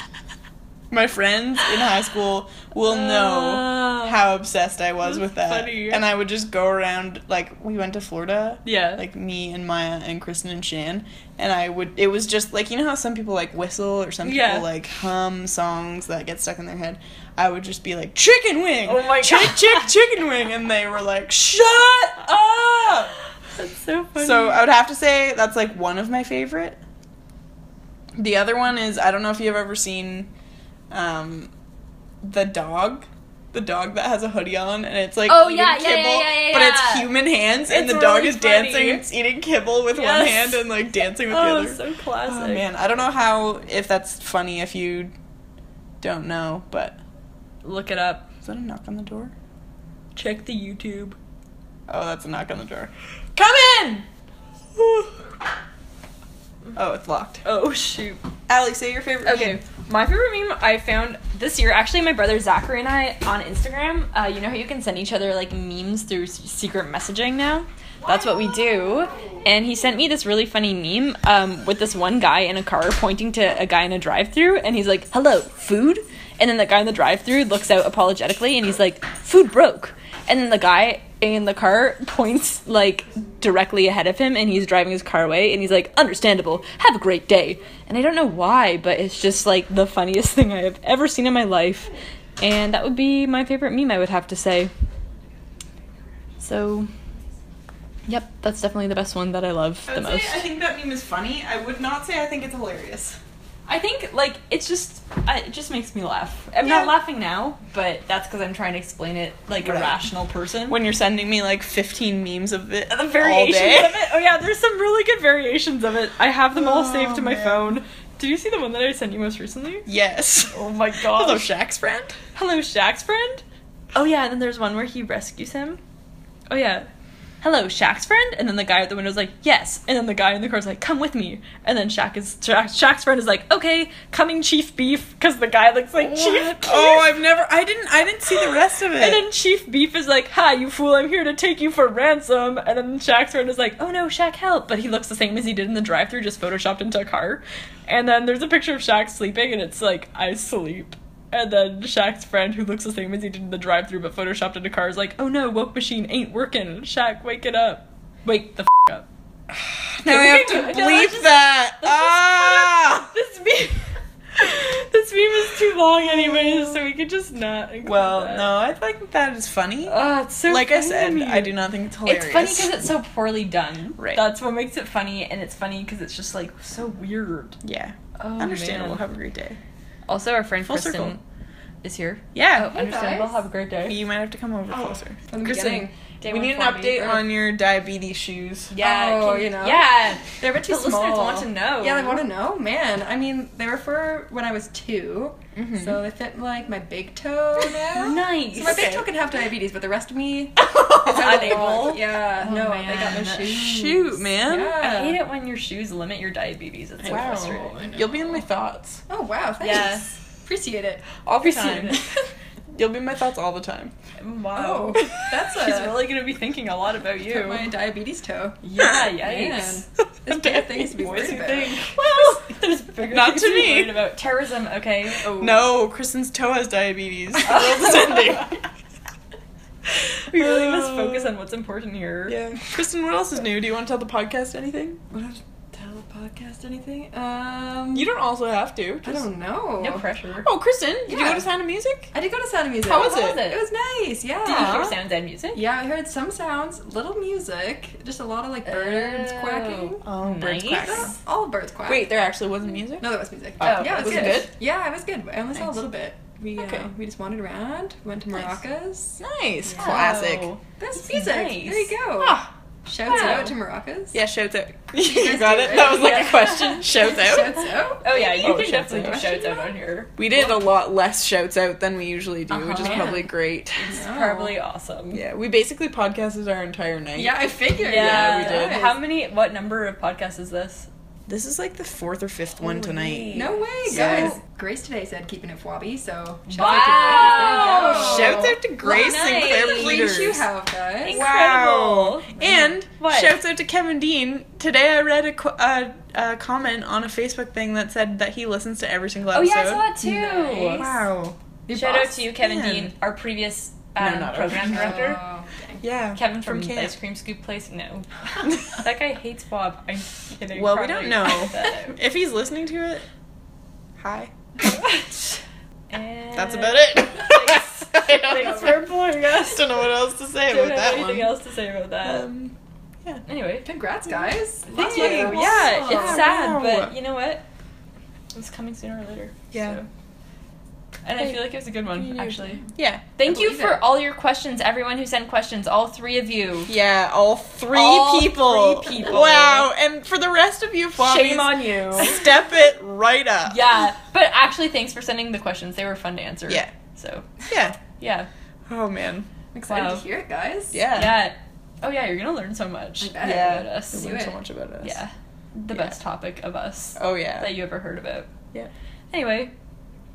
Speaker 1: My friends in high school will know
Speaker 2: Ah.
Speaker 1: how obsessed I was
Speaker 2: That's
Speaker 1: with that.
Speaker 2: funny.
Speaker 1: And I would just go around like we went to Florida.
Speaker 2: Yeah.
Speaker 1: Like me and Maya and Kristen and Shan. And I would it was just like you know how some people like whistle or some people
Speaker 2: Yeah.
Speaker 1: like hum songs that get stuck in their head. I would just be like, Chicken wing
Speaker 2: Oh my
Speaker 1: Chick
Speaker 2: God.
Speaker 1: chick chicken wing and they were like, Shut up
Speaker 2: That's so funny.
Speaker 1: so I would have to say that's like one of my favorite. The other one is I don't know if you've ever seen um the dog. The dog that has a hoodie on and it's like
Speaker 2: Oh,
Speaker 1: eating
Speaker 2: yeah, yeah, yeah,
Speaker 1: kibble,
Speaker 2: yeah, yeah,
Speaker 1: but it's
Speaker 2: yeah.
Speaker 1: human hands and
Speaker 2: It's
Speaker 1: the dog
Speaker 2: really
Speaker 1: is
Speaker 2: funny.
Speaker 1: dancing. It's eating kibble with one
Speaker 2: Yes.
Speaker 1: hand and like dancing with
Speaker 2: oh,
Speaker 1: the other.
Speaker 2: so classic.
Speaker 1: oh man, I don't know how if that's funny if you don't know, but
Speaker 2: Look it up.
Speaker 1: is that a knock on the door?
Speaker 2: Check the YouTube.
Speaker 1: Oh, that's a knock on the door.
Speaker 2: Come in.
Speaker 1: Oh, it's locked.
Speaker 2: Oh shoot.
Speaker 1: Allie, say your favorite.
Speaker 2: Okay, my favorite meme I found this year, actually, my brother Zachary and I on Instagram. Uh, you know how you can send each other like memes through s- secret messaging now? That's what we do. And he sent me this really funny meme um, with this one guy in a car pointing to a guy in a drive through, and he's like, hello, food? And then the guy in the drive through looks out apologetically and he's like, food broke. And then the guy in the car points like directly ahead of him and he's driving his car away and he's like, understandable, have a great day. And I don't know why, but it's just like the funniest thing I have ever seen in my life. And that would be my favorite meme, I would have to say. So, yep, that's definitely the best one that I love
Speaker 1: I
Speaker 2: the
Speaker 1: would
Speaker 2: most.
Speaker 1: Say I think that meme is funny. I would not say I think it's hilarious.
Speaker 2: I think like it's just I, it just makes me laugh. I'm
Speaker 1: Yeah.
Speaker 2: not laughing now, but that's because I'm trying to explain it like
Speaker 1: Right.
Speaker 2: a rational person.
Speaker 1: When you're sending me like 15 memes of it,
Speaker 2: the variations of it. Oh yeah, there's some really good variations of it. I have them all
Speaker 1: Oh,
Speaker 2: saved to my
Speaker 1: man.
Speaker 2: phone. Did you see the one that I sent you most recently?
Speaker 1: Yes.
Speaker 2: Oh my
Speaker 1: Hello,
Speaker 2: gosh.
Speaker 1: Shaq's friend.
Speaker 2: Hello, Shaq's friend. Oh yeah, and then there's one where he rescues him. Oh yeah. Hello, Shaq's friend. And then the guy at the window's like, yes. And then the guy in the car's like, come with me. And then Shaq is Shaq, Shaq's friend is like, okay, coming Chief Beef, because the guy looks like Chief. Beef.
Speaker 1: Oh, I've never. I didn't. I didn't see the rest of it.
Speaker 2: And then Chief Beef is like, "Hi, you fool! I'm here to take you for ransom." And then Shaq's friend is like, "Oh no, Shaq, help!" But he looks the same as he did in the drive-through, just photoshopped into a car. And then there's a picture of Shaq sleeping, and it's like, "I sleep." And then Shaq's friend, who looks the same as he did in the drive-through but photoshopped into a car, is like, "Oh no, woke machine ain't working. Shaq, wake it up! Wake the f- up!"
Speaker 1: now I have to
Speaker 2: No,
Speaker 1: bleep
Speaker 2: let's just-
Speaker 1: that.
Speaker 2: let's just cut it.
Speaker 1: Ah.
Speaker 2: This meme, this meme is too long, anyways, so we could just not. include
Speaker 1: Well,
Speaker 2: that.
Speaker 1: no, I think that is funny.
Speaker 2: Oh, it's so
Speaker 1: Uh, like I said,
Speaker 2: funny.
Speaker 1: I do not think it's hilarious.
Speaker 2: It's funny because it's so poorly done.
Speaker 1: Right.
Speaker 2: That's what makes it funny, and it's funny because it's just like so weird.
Speaker 1: yeah,
Speaker 2: Oh,
Speaker 1: understandable. Have a great day.
Speaker 2: Also, our friend
Speaker 1: Full
Speaker 2: Kristen.
Speaker 1: circle.
Speaker 2: is here.
Speaker 1: Yeah.
Speaker 2: Oh, understandable.
Speaker 3: guys.
Speaker 2: Have a great day.
Speaker 1: You might have to come over closer.
Speaker 2: From the
Speaker 1: Kristen,
Speaker 2: beginning. Day
Speaker 1: Oh, we need an
Speaker 2: 140,
Speaker 1: update
Speaker 2: or-
Speaker 1: on your diabetes shoes.
Speaker 2: Yeah,
Speaker 3: Oh,
Speaker 2: can-
Speaker 3: you know?
Speaker 2: Yeah, they're a bit too
Speaker 3: The
Speaker 2: small.
Speaker 3: listeners
Speaker 2: want to know.
Speaker 3: Yeah, they want to know, man. I mean, they were for when I was 2 so they fit like my big toe now.
Speaker 2: Nice.
Speaker 3: So my big
Speaker 1: Okay.
Speaker 3: toe can have diabetes, but the rest of me
Speaker 2: It's
Speaker 3: is unable.
Speaker 2: unable.
Speaker 3: Yeah,
Speaker 2: Oh,
Speaker 3: no,
Speaker 2: man.
Speaker 3: they got no shoes.
Speaker 1: Shoot, man.
Speaker 3: Yeah.
Speaker 2: I hate it when your shoes limit your diabetes. It's so
Speaker 1: Wow.
Speaker 2: frustrating.
Speaker 1: You'll be in my thoughts.
Speaker 3: Oh wow, thanks.
Speaker 2: Yes.
Speaker 3: Appreciate it.
Speaker 1: All the
Speaker 2: Appreciate
Speaker 1: time. You'll be in my thoughts all the time.
Speaker 2: Wow.
Speaker 3: Oh, that's a-
Speaker 2: She's really gonna be thinking a lot about you.
Speaker 3: Got my diabetes toe.
Speaker 2: Yeah,
Speaker 3: Man.
Speaker 2: yikes.
Speaker 3: There's bigger things to be
Speaker 1: Boys
Speaker 3: worried
Speaker 1: who
Speaker 3: about.
Speaker 1: think.
Speaker 2: Well, there's bigger
Speaker 1: Not
Speaker 2: things
Speaker 1: to
Speaker 2: to be
Speaker 1: me.
Speaker 2: worried about. Terrorism, okay.
Speaker 3: Oh.
Speaker 1: No, Kristen's toe has diabetes. The world is ending.
Speaker 2: We really must focus on what's important here.
Speaker 1: Yeah. Kristen, what else is new? Do you want to tell the podcast anything?
Speaker 3: Would I have to tell the podcast anything? Um,
Speaker 1: You don't also have to.
Speaker 3: I
Speaker 1: just-
Speaker 3: don't know.
Speaker 2: No pressure.
Speaker 1: Oh, Kristen, did you
Speaker 3: Yeah.
Speaker 1: go to Sound of Music?
Speaker 3: I did go to Sound of Music.
Speaker 1: How was
Speaker 2: How was
Speaker 1: it?
Speaker 2: it?
Speaker 3: It was nice. Yeah.
Speaker 2: Did you hear sounds and music?
Speaker 3: Yeah, I heard some sounds, little music, just a lot of like birds
Speaker 2: Oh.
Speaker 3: quacking.
Speaker 1: Oh,
Speaker 2: birds
Speaker 3: Uh,
Speaker 2: quacking.
Speaker 3: all birds quack.
Speaker 1: Wait, there actually wasn't music?
Speaker 3: no, there was music.
Speaker 1: Oh.
Speaker 3: yeah, it was,
Speaker 1: Was it
Speaker 3: good.
Speaker 1: good?
Speaker 3: Yeah, it was good. I only saw a
Speaker 1: Nice.
Speaker 3: little bit. We uh,
Speaker 1: Okay.
Speaker 3: we just wandered around, went to
Speaker 1: Nice.
Speaker 3: Maracas.
Speaker 1: Nice.
Speaker 3: Yeah.
Speaker 1: Classic.
Speaker 2: Oh.
Speaker 3: That's
Speaker 2: That's
Speaker 3: music.
Speaker 2: nice.
Speaker 3: There you go.
Speaker 1: Ah,
Speaker 3: Shouts
Speaker 2: Wow.
Speaker 3: out to Maracas.
Speaker 1: yeah, shouts out. you
Speaker 3: guys
Speaker 1: got
Speaker 3: do
Speaker 1: it?
Speaker 3: it.
Speaker 1: That was like a
Speaker 2: Yeah.
Speaker 1: question. Shouts out?
Speaker 3: Shouts out.
Speaker 2: Oh yeah, you
Speaker 1: Oh,
Speaker 2: can
Speaker 1: shouts
Speaker 2: definitely do
Speaker 1: out.
Speaker 2: shouts out on here.
Speaker 1: We did a lot less shouts out than we usually do, which is
Speaker 2: Uh-huh.
Speaker 1: probably great.
Speaker 2: It's
Speaker 3: No.
Speaker 2: probably awesome.
Speaker 1: Yeah, we basically podcasted our entire night.
Speaker 3: Yeah, I figured.
Speaker 1: Yeah, we
Speaker 3: guys.
Speaker 1: did.
Speaker 2: How many? What number of podcasts is this?
Speaker 1: This is like the fourth or fifth one tonight.
Speaker 3: No way,
Speaker 1: So-
Speaker 3: guys. Grace today said keeping it flobby, so shouts
Speaker 2: Wow.
Speaker 3: out to
Speaker 1: Oh,
Speaker 3: Grace. There you go.
Speaker 1: shouts out to Grace
Speaker 2: Nice.
Speaker 1: and Claire
Speaker 2: Look at
Speaker 3: Please
Speaker 1: Peters.
Speaker 3: you have, guys.
Speaker 2: Thanks.
Speaker 1: Wow.
Speaker 2: Incredible.
Speaker 1: And
Speaker 2: What?
Speaker 1: shouts out to Kevin Dean. Today I read a, qu- a, a comment on a Facebook thing that said that he listens to every single
Speaker 2: Oh
Speaker 1: episode.
Speaker 2: yeah, I saw it too.
Speaker 3: Nice.
Speaker 1: Wow.
Speaker 3: Your
Speaker 2: Shout
Speaker 3: boss?
Speaker 2: out to you, Kevin
Speaker 1: Man.
Speaker 2: Dean, our previous
Speaker 1: No,
Speaker 2: um,
Speaker 1: not our-
Speaker 2: program director.
Speaker 3: Oh, dang.
Speaker 1: Yeah.
Speaker 2: Kevin Uh, from,
Speaker 1: camp.
Speaker 2: Ice Cream Scoop Place. No, that guy hates Bob. I'm kidding.
Speaker 1: Well, we don't
Speaker 2: Probably
Speaker 1: know.
Speaker 2: cut that out.
Speaker 1: if he's listening to it, hi.
Speaker 2: And
Speaker 1: That's about it.
Speaker 2: Thanks.
Speaker 1: I don't
Speaker 2: Thanks
Speaker 1: know.
Speaker 2: for employing us.
Speaker 1: don't know what else to say
Speaker 2: Don't
Speaker 1: about
Speaker 2: have
Speaker 1: that
Speaker 2: anything
Speaker 1: one.
Speaker 2: else to say about that.
Speaker 1: Um,
Speaker 2: anyway,
Speaker 3: Congrats, guys.
Speaker 1: Thanks.
Speaker 3: Love
Speaker 1: Yeah,
Speaker 3: you.
Speaker 2: yeah,
Speaker 1: Awesome.
Speaker 2: it's
Speaker 1: Wow.
Speaker 2: sad, but you know what? It's coming sooner or later.
Speaker 1: Yeah.
Speaker 2: so. And I feel like it was a good one,
Speaker 1: Yeah.
Speaker 2: actually.
Speaker 1: yeah.
Speaker 2: Thank you
Speaker 3: believe
Speaker 2: for
Speaker 3: it.
Speaker 2: all your questions, everyone who sent questions, all three of you.
Speaker 1: Yeah, all three
Speaker 2: All
Speaker 1: people.
Speaker 2: three people.
Speaker 1: Wow. And for the rest of you, floppies,
Speaker 2: Shame on you.
Speaker 1: step it right up.
Speaker 2: yeah, but actually, thanks for sending the questions. They were fun to answer.
Speaker 1: Yeah.
Speaker 2: So,
Speaker 1: Yeah.
Speaker 2: yeah.
Speaker 1: Oh, man.
Speaker 3: I'm excited
Speaker 2: Wow.
Speaker 3: to hear it, guys.
Speaker 1: Yeah.
Speaker 2: Yeah. Oh, yeah, you're going to learn so much
Speaker 3: I bet.
Speaker 1: Yeah.
Speaker 2: about us.
Speaker 1: We
Speaker 3: Do
Speaker 1: learned
Speaker 3: it.
Speaker 1: so much about us.
Speaker 2: Yeah. The
Speaker 1: Yeah.
Speaker 2: best topic of us
Speaker 1: Oh, yeah.
Speaker 2: that you ever heard about.
Speaker 1: Yeah.
Speaker 2: Anyway,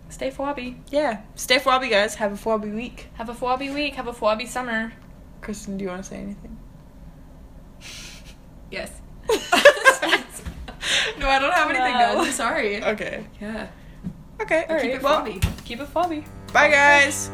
Speaker 2: stay fwabby.
Speaker 1: yeah. Stay flobby, guys. Have a flobby week.
Speaker 2: Have a fwabby week. Have a fwabby summer.
Speaker 1: Kristen, do you want to say anything?
Speaker 3: Yes. No, I don't have anything,
Speaker 2: Wow.
Speaker 3: guys. I'm sorry.
Speaker 1: okay.
Speaker 3: Yeah.
Speaker 1: Okay.
Speaker 2: All
Speaker 3: Keep
Speaker 2: right.
Speaker 3: it
Speaker 1: Well,
Speaker 3: flabby.
Speaker 2: Keep it fwabby.
Speaker 1: bye, guys.